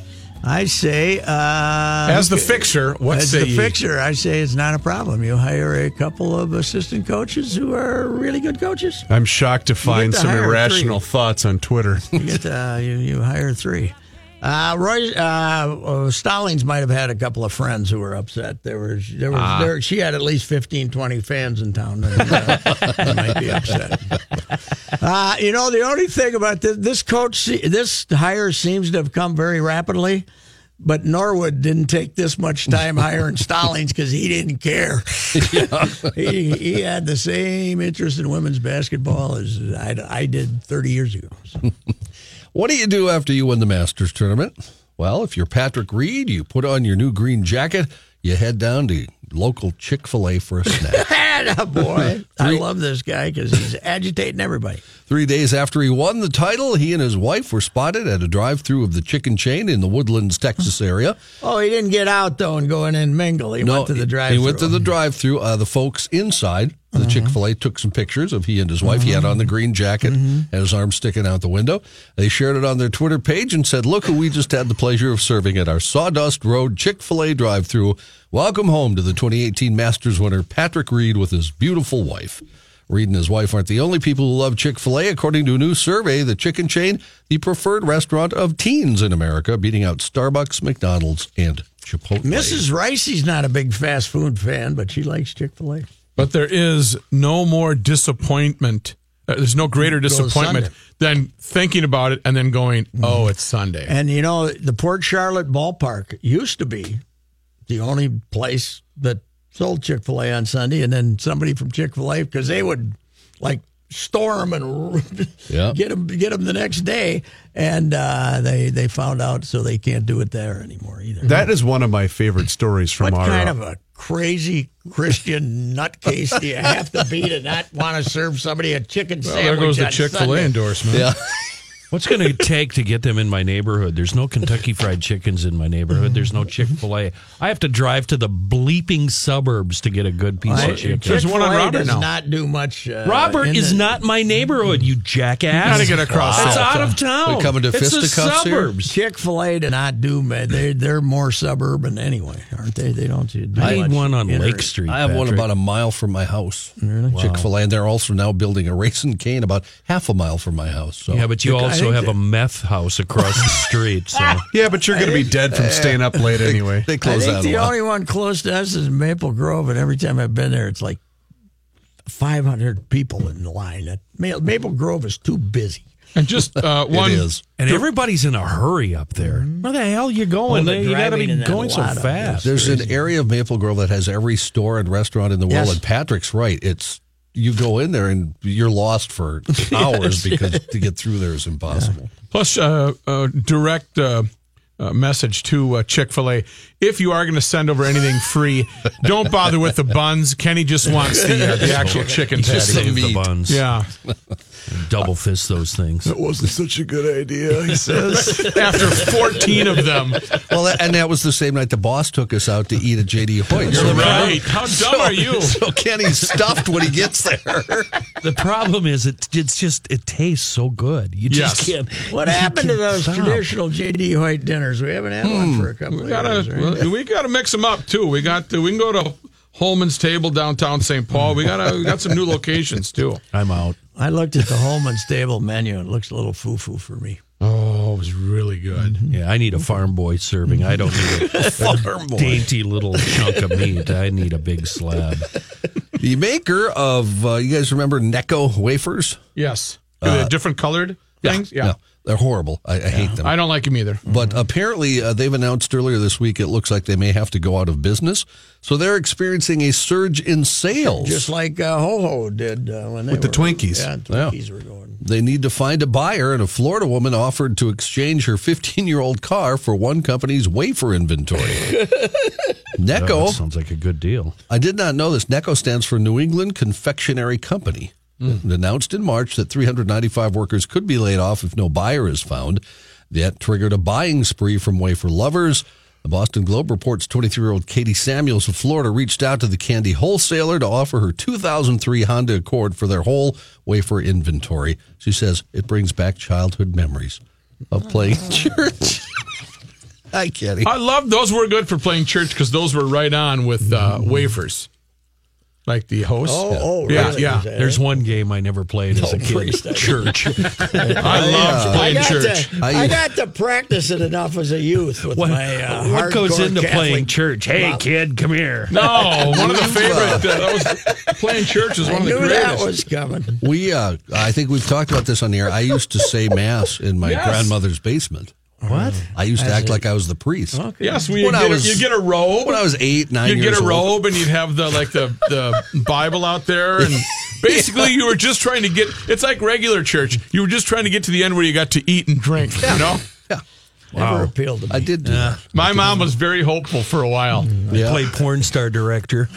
Speaker 2: I say, uh,
Speaker 4: As the fixer, what
Speaker 2: as
Speaker 4: say
Speaker 2: the
Speaker 4: ye?
Speaker 2: fixer, I say it's not a problem. You hire a couple of assistant coaches who are really good coaches.
Speaker 7: I'm shocked to find
Speaker 2: to
Speaker 7: some
Speaker 2: hire
Speaker 7: irrational thoughts on Twitter.
Speaker 2: You get uh, you, you hire three. Uh, Roy uh, uh, Stallings might have had a couple of friends who were upset. There was there was there, she had at least 15, 20 fans in town that uh, might be upset. Uh, you know the only thing about this this coach se- this hire seems to have come very rapidly. But Norwood didn't take this much time hiring Stallings because he didn't care. he, he had the same interest in women's basketball as I, I did 30 years ago. So.
Speaker 3: What do you do after you win the Masters tournament? Well, if you're Patrick Reed, you put on your new green jacket, you head down to local Chick fil A for a
Speaker 2: [LAUGHS]
Speaker 3: snack.
Speaker 2: Atta
Speaker 3: [LAUGHS]
Speaker 2: boy. I love this guy because he's agitating everybody.
Speaker 3: Three days after he won the title, he and his wife were spotted at a drive through of the chicken chain in the Woodlands, Texas area.
Speaker 2: Oh, he didn't get out though and go in and mingle. He went to the drive.
Speaker 3: He went to the drive-through. Uh, the folks inside the
Speaker 2: Uh-huh.
Speaker 3: Chick-fil-A took some pictures of he and his wife. He had on the green jacket
Speaker 2: Mm-hmm.
Speaker 3: and his arm sticking out the window. They shared it on their Twitter page and said, "Look who we just had the pleasure of serving at our Sawdust Road Chick-fil-A drive-through. Welcome home to the 2018 Masters winner Patrick Reed with his beautiful wife." Reed and his wife aren't the only people who love Chick fil A. According to a new survey, the chicken chain, the preferred restaurant of teens in America, beating out Starbucks, McDonald's, and Chipotle.
Speaker 2: Mrs. Ricey's not a big fast food fan, but she likes Chick Fil A.
Speaker 4: But there is no more disappointment. Uh, there's no greater disappointment than thinking about it and then going,
Speaker 7: Mm-hmm.
Speaker 4: "Oh, it's Sunday."
Speaker 2: And you know, the Port Charlotte ballpark used to be the only place that sold Chick Fil A on Sunday, and then somebody from Chick Fil A because they would like storm and [LAUGHS]
Speaker 3: Yeah.
Speaker 2: get them the next day, and uh, they they found out, so they can't do it there anymore either.
Speaker 7: That is one of my favorite stories from
Speaker 2: What
Speaker 7: our.
Speaker 2: kind
Speaker 7: uh,
Speaker 2: of a crazy Christian nutcase do you have to be to not want to serve somebody a chicken
Speaker 4: Well,
Speaker 2: sandwich?
Speaker 4: there goes the
Speaker 2: on
Speaker 4: Chick Fil A
Speaker 2: Sunday?
Speaker 4: endorsement.
Speaker 3: Yeah.
Speaker 6: What's
Speaker 4: [LAUGHS]
Speaker 6: going to take to get them in my neighborhood? There's no Kentucky Fried Chickens in my neighborhood. There's
Speaker 4: Mm-hmm.
Speaker 6: no Chick Fil A. I have to drive to the bleeping suburbs to get a good piece
Speaker 2: I-
Speaker 6: of chicken.
Speaker 4: There's one on
Speaker 2: Chick-fil-A
Speaker 4: Robert
Speaker 2: does
Speaker 4: now.
Speaker 2: not do much. Uh,
Speaker 6: Robert
Speaker 2: in
Speaker 6: is
Speaker 2: the-
Speaker 6: not my neighborhood, you jackass.
Speaker 4: Gotta get across
Speaker 6: That's
Speaker 4: that.
Speaker 6: out of town.
Speaker 3: We're coming to
Speaker 6: it's the
Speaker 3: fisticuffs here?
Speaker 6: suburbs.
Speaker 2: Chick Fil A do not do. ma- They they're more suburban anyway, aren't they? They don't do.
Speaker 6: I need
Speaker 2: much
Speaker 6: one on
Speaker 2: inter-
Speaker 6: Lake Street.
Speaker 3: I have one
Speaker 6: Patrick.
Speaker 3: about a mile from my house. Chick fil A. And they're also now building a racing cane about half a mile from my house. So
Speaker 6: Yeah, but you also
Speaker 2: think
Speaker 6: have a meth house across the street. So
Speaker 7: yeah, but you're going to be dead from staying up
Speaker 2: [LAUGHS]
Speaker 7: late anyway.
Speaker 3: they
Speaker 2: I
Speaker 3: close
Speaker 2: think
Speaker 3: out a
Speaker 2: the
Speaker 3: lot.
Speaker 2: only one close to us is Maple Grove, and every time I've been there, it's like 500 people in line. That Ma- Maple Grove is too busy.
Speaker 4: And just
Speaker 7: [LAUGHS]
Speaker 4: uh,
Speaker 3: It
Speaker 4: one.
Speaker 3: is.
Speaker 6: And everybody's in a hurry up there. Where the hell you going?
Speaker 2: Well, they're
Speaker 6: you got to
Speaker 2: driving in
Speaker 6: be
Speaker 2: that
Speaker 6: going so
Speaker 2: lot up there.
Speaker 6: fast.
Speaker 3: There's an area of Maple Grove that has every store and restaurant in the world,
Speaker 2: Yes.
Speaker 3: and Patrick's right. It's you go in there and you're lost
Speaker 4: [LAUGHS]
Speaker 3: for hours because to get through there is impossible.
Speaker 4: Plus, uh, uh, direct uh, uh, message to uh, Chick fil A. If you are going to send over anything free, don't bother with the buns. Kenny just wants the, uh, the
Speaker 7: [LAUGHS]
Speaker 4: actual chicken
Speaker 3: Just
Speaker 4: patty.
Speaker 3: the meat.
Speaker 6: buns.
Speaker 4: Yeah.
Speaker 6: Double fist those things.
Speaker 3: wasn't such a good idea,
Speaker 6: [LAUGHS]
Speaker 3: he says.
Speaker 4: After 14 of them.
Speaker 3: well, that- and that was the same night the boss took us out to eat at JD Hoyt's.
Speaker 4: You're right. How dumb are you?
Speaker 3: So Kenny's stuffed when he gets there.
Speaker 4: [LAUGHS]
Speaker 6: The problem is, it it's just it tastes so good. You just
Speaker 4: Yes.
Speaker 6: can't.
Speaker 2: What
Speaker 6: you
Speaker 2: happened to
Speaker 6: can't
Speaker 2: those
Speaker 6: stop.
Speaker 2: traditional J.D. Hoyt dinners? We haven't had one for a couple of
Speaker 4: Hmm. We
Speaker 2: years. right?
Speaker 4: gotta we gotta mix them up too. We got to, we can go to Holman's Table downtown St. Paul. We got we got some new locations too.
Speaker 6: I'm out.
Speaker 2: I looked at the Holman's table menu and it looks a little foo-foo for me.
Speaker 4: Oh, it was really good.
Speaker 2: Mm-hmm.
Speaker 6: Yeah, I need a farm boy serving. I don't need
Speaker 2: [LAUGHS]
Speaker 6: a, farm boy. dainty little chunk of meat. I need a big slab.
Speaker 3: the maker of, uh, you guys remember Necco wafers?
Speaker 4: Yes, the different colored things. Yeah,
Speaker 3: No, they're horrible. I, I hate them.
Speaker 4: I don't like them either.
Speaker 3: But apparently, uh, they've announced earlier this week it looks like they may have to go out of business. So they're experiencing a surge in sales.
Speaker 2: Just like uh, Ho-Ho did uh, when they
Speaker 7: With the
Speaker 2: were-
Speaker 7: Twinkies.
Speaker 2: Yeah, Twinkies were going.
Speaker 3: they need to find a buyer, and a Florida woman offered to exchange her 15 year old car for one company's wafer inventory.
Speaker 6: That
Speaker 3: NECO,
Speaker 6: sounds like a good deal.
Speaker 3: I did not know this. NECO stands for New England Confectionery Company. It announced in March that 395 workers could be laid off if no buyer is found. That triggered a buying spree from wafer lovers. The Boston Globe reports 23 year old Katie Samuels of Florida reached out to the candy wholesaler to offer her 2003 Honda Accord for their whole wafer inventory. She says it brings back childhood memories of playing church. [LAUGHS] Hi, Kenny.
Speaker 4: I love those. Were good for playing church because those were right on with uh, wafers, like the host.
Speaker 2: Oh, oh,
Speaker 4: Yeah,
Speaker 2: really?
Speaker 4: yeah.
Speaker 2: Is that
Speaker 6: There's
Speaker 2: it?
Speaker 6: one game I never played
Speaker 2: Oh,
Speaker 6: as a
Speaker 2: [LAUGHS]
Speaker 6: kid. Church.
Speaker 4: I loved
Speaker 2: I
Speaker 4: playing
Speaker 2: got,
Speaker 4: church.
Speaker 2: to, I got to practice it enough as a youth with
Speaker 6: What,
Speaker 2: my uh,
Speaker 6: what goes
Speaker 2: hardcore
Speaker 6: into playing
Speaker 2: Catholic-
Speaker 6: church? Hey, kid, come here.
Speaker 4: No, one of the favorite. Uh, that was playing church is
Speaker 2: I
Speaker 4: one of the
Speaker 2: knew that
Speaker 4: greatest.
Speaker 2: was coming.
Speaker 3: We, uh, I think we've talked about this on the air. I used to say mass in my
Speaker 4: Yes.
Speaker 3: grandmother's basement. What? I used to act like I was the priest.
Speaker 4: Yes, we
Speaker 3: When I
Speaker 4: get,
Speaker 3: was-
Speaker 4: you get a robe.
Speaker 3: When I was eight, nine
Speaker 4: you'd
Speaker 3: years
Speaker 4: get a
Speaker 3: old.
Speaker 4: robe and you'd have the like the the Bible out there and basically you were just trying to get it's like regular church. You were just trying to get to the end where you got to eat and drink, you know?
Speaker 2: Never appealed to me.
Speaker 3: I did do that.
Speaker 4: My mom was very hopeful for a while.
Speaker 3: Yeah.
Speaker 6: Play porn star director.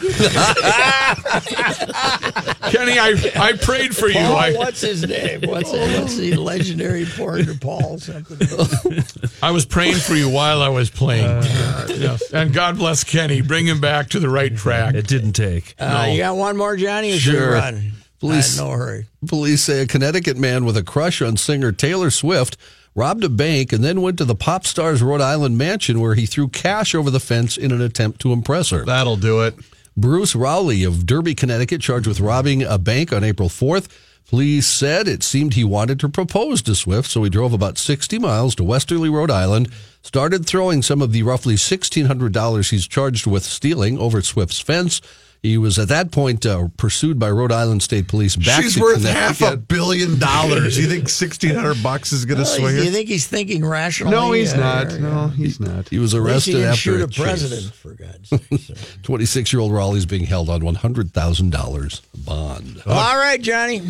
Speaker 4: Kenny, I I prayed for you.
Speaker 2: Paul,
Speaker 4: I,
Speaker 2: Oh, what's his name? What's, what's the legendary porn Paul something?
Speaker 4: I was praying for you while I was playing. Yes. And God bless Kenny. Bring him back to the right track.
Speaker 6: It didn't take.
Speaker 2: Uh, You got one more, Johnny? Or
Speaker 3: Sure.
Speaker 2: Should we run?
Speaker 3: Please.
Speaker 2: Uh, no hurry.
Speaker 3: Police say a Connecticut man with a crush on singer Taylor Swift robbed a bank and then went to the pop star's Rhode Island mansion where he threw cash over the fence in an attempt to impress her.
Speaker 1: That'll do it.
Speaker 3: Bruce Rowley of Derby, Connecticut, charged with robbing a bank on April 4th. Police said it seemed he wanted to propose to Swift, so he drove about 60 miles to Westerly, Rhode Island, started throwing some of the roughly $1,600 he's charged with stealing over Swift's fence. He was at that point uh, pursued by Rhode Island State Police back
Speaker 7: She's
Speaker 3: to
Speaker 7: worth half
Speaker 3: Connecticut.
Speaker 7: a billion dollars. You think sixteen hundred bucks is going to
Speaker 2: Well,
Speaker 7: swing
Speaker 2: Oh, you
Speaker 7: her?
Speaker 2: think he's thinking rationally?
Speaker 7: No, he's
Speaker 2: or-
Speaker 7: not.
Speaker 2: or-
Speaker 7: No, he's not.
Speaker 3: He was
Speaker 2: At least he
Speaker 3: arrested
Speaker 2: didn't
Speaker 3: after
Speaker 2: shoot
Speaker 3: a
Speaker 2: a
Speaker 3: chase.
Speaker 2: president, for God's
Speaker 3: [LAUGHS]
Speaker 2: sake. so.
Speaker 3: 26-year-old Rowley's being held on $100,000 bond.
Speaker 2: All right, Johnny.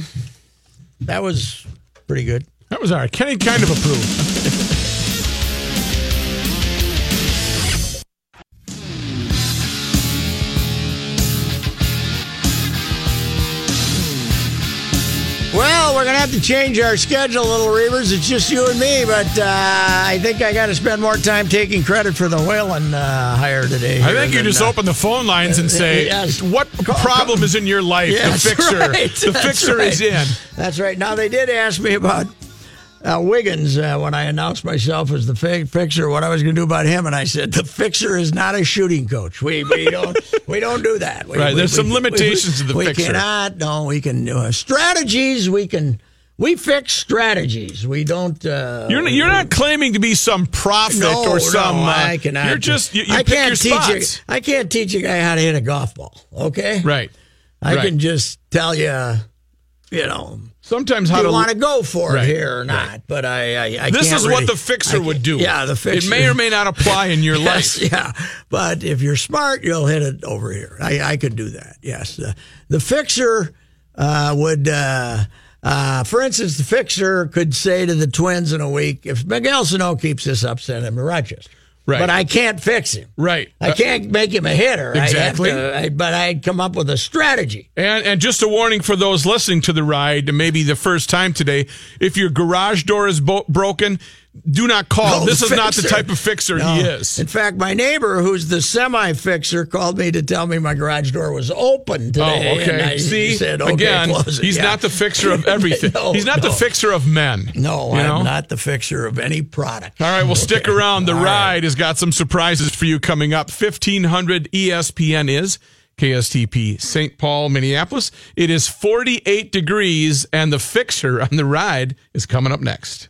Speaker 2: That was pretty good.
Speaker 4: That was all right. Kenny kind of approved.
Speaker 7: Oh,
Speaker 2: Well, we're going to have to change our schedule, little Reavers. It's just you and me, but uh, I think I got to spend more time taking credit for the whaling uh, hire today.
Speaker 4: I
Speaker 2: here
Speaker 4: think you
Speaker 2: than,
Speaker 4: just
Speaker 2: uh,
Speaker 4: open the phone lines and
Speaker 2: [LAUGHS]
Speaker 4: say,
Speaker 2: Yes.
Speaker 4: "What problem is in your life?"
Speaker 2: Yeah, that's
Speaker 4: the fixer,
Speaker 2: right.
Speaker 4: the
Speaker 2: That's
Speaker 4: fixer is
Speaker 2: right.
Speaker 4: in.
Speaker 2: That's right. Now they did ask me about uh, Wiggins uh, when I announced myself as the fi- fixer. What I was going to do about him, and I said the fixer is not a shooting coach. We
Speaker 4: [LAUGHS]
Speaker 2: we don't we don't do that. We-
Speaker 4: Right,
Speaker 2: we-
Speaker 4: there's some
Speaker 2: we-
Speaker 4: limitations
Speaker 2: we-
Speaker 4: to the
Speaker 2: we
Speaker 4: fixer.
Speaker 2: cannot. No, we can uh, strategies. We can we fix strategies. We don't. Uh,
Speaker 4: You're, you're not claiming to be some prophet
Speaker 2: no,
Speaker 4: or some.
Speaker 2: no,
Speaker 4: uh,
Speaker 2: I cannot.
Speaker 4: You're just you, you
Speaker 2: I
Speaker 4: pick
Speaker 2: can't
Speaker 4: your
Speaker 2: teach
Speaker 4: spots.
Speaker 2: A, I can't teach a guy how to hit a golf ball. Okay,
Speaker 4: Right.
Speaker 2: I
Speaker 4: Right.
Speaker 2: can just tell you you know,
Speaker 4: Sometimes
Speaker 2: do
Speaker 4: how
Speaker 2: you
Speaker 4: to
Speaker 2: want to go for
Speaker 4: Right,
Speaker 2: it here or not. But I, I, I
Speaker 4: This
Speaker 2: can't
Speaker 4: is what
Speaker 2: really-
Speaker 4: the fixer
Speaker 2: I
Speaker 4: would
Speaker 2: can't-
Speaker 4: do.
Speaker 2: Yeah, the fixer.
Speaker 4: It may or may not apply in
Speaker 2: [LAUGHS]
Speaker 4: your
Speaker 2: Yes,
Speaker 4: life.
Speaker 2: yeah. But if you're smart, you'll hit it over here. I, I could do that. Yes. Uh, the fixer uh, would, uh, uh, for instance, the fixer could say to the Twins in a week, if Miguel Sano keeps this up, send him to Rochester.
Speaker 4: Right.
Speaker 2: But I can't fix him.
Speaker 4: Right.
Speaker 2: I can't make him a hitter. I'd have
Speaker 4: Exactly.
Speaker 2: to- I- but I'd come up with a strategy.
Speaker 4: And, and just a warning for those listening to the ride, maybe the first time today, if your garage door is bo- broken, do not call.
Speaker 2: Oh,
Speaker 4: this is not the
Speaker 2: fixer.
Speaker 4: type of fixer
Speaker 2: No.
Speaker 4: he is.
Speaker 2: Uh, In fact, my neighbor, who's the semi fixer, called me to tell me my garage door was open
Speaker 4: Oh,
Speaker 2: today.
Speaker 4: okay.
Speaker 2: And I
Speaker 4: See,
Speaker 2: said, okay,
Speaker 4: again,
Speaker 2: close it.
Speaker 4: he's
Speaker 2: Yeah.
Speaker 4: not the
Speaker 2: [LAUGHS]
Speaker 4: fixer of everything.
Speaker 2: No,
Speaker 4: he's not the
Speaker 2: no.
Speaker 4: fixer of men.
Speaker 2: No,
Speaker 4: you
Speaker 2: I'm
Speaker 4: know?
Speaker 2: not the fixer of any product.
Speaker 4: All right, well, stick around. The ride has got some surprises for you coming up. E 1500 ESPN is KSTP St. Paul, Minneapolis. It is 48 degrees, and the fixer on the ride is coming up next.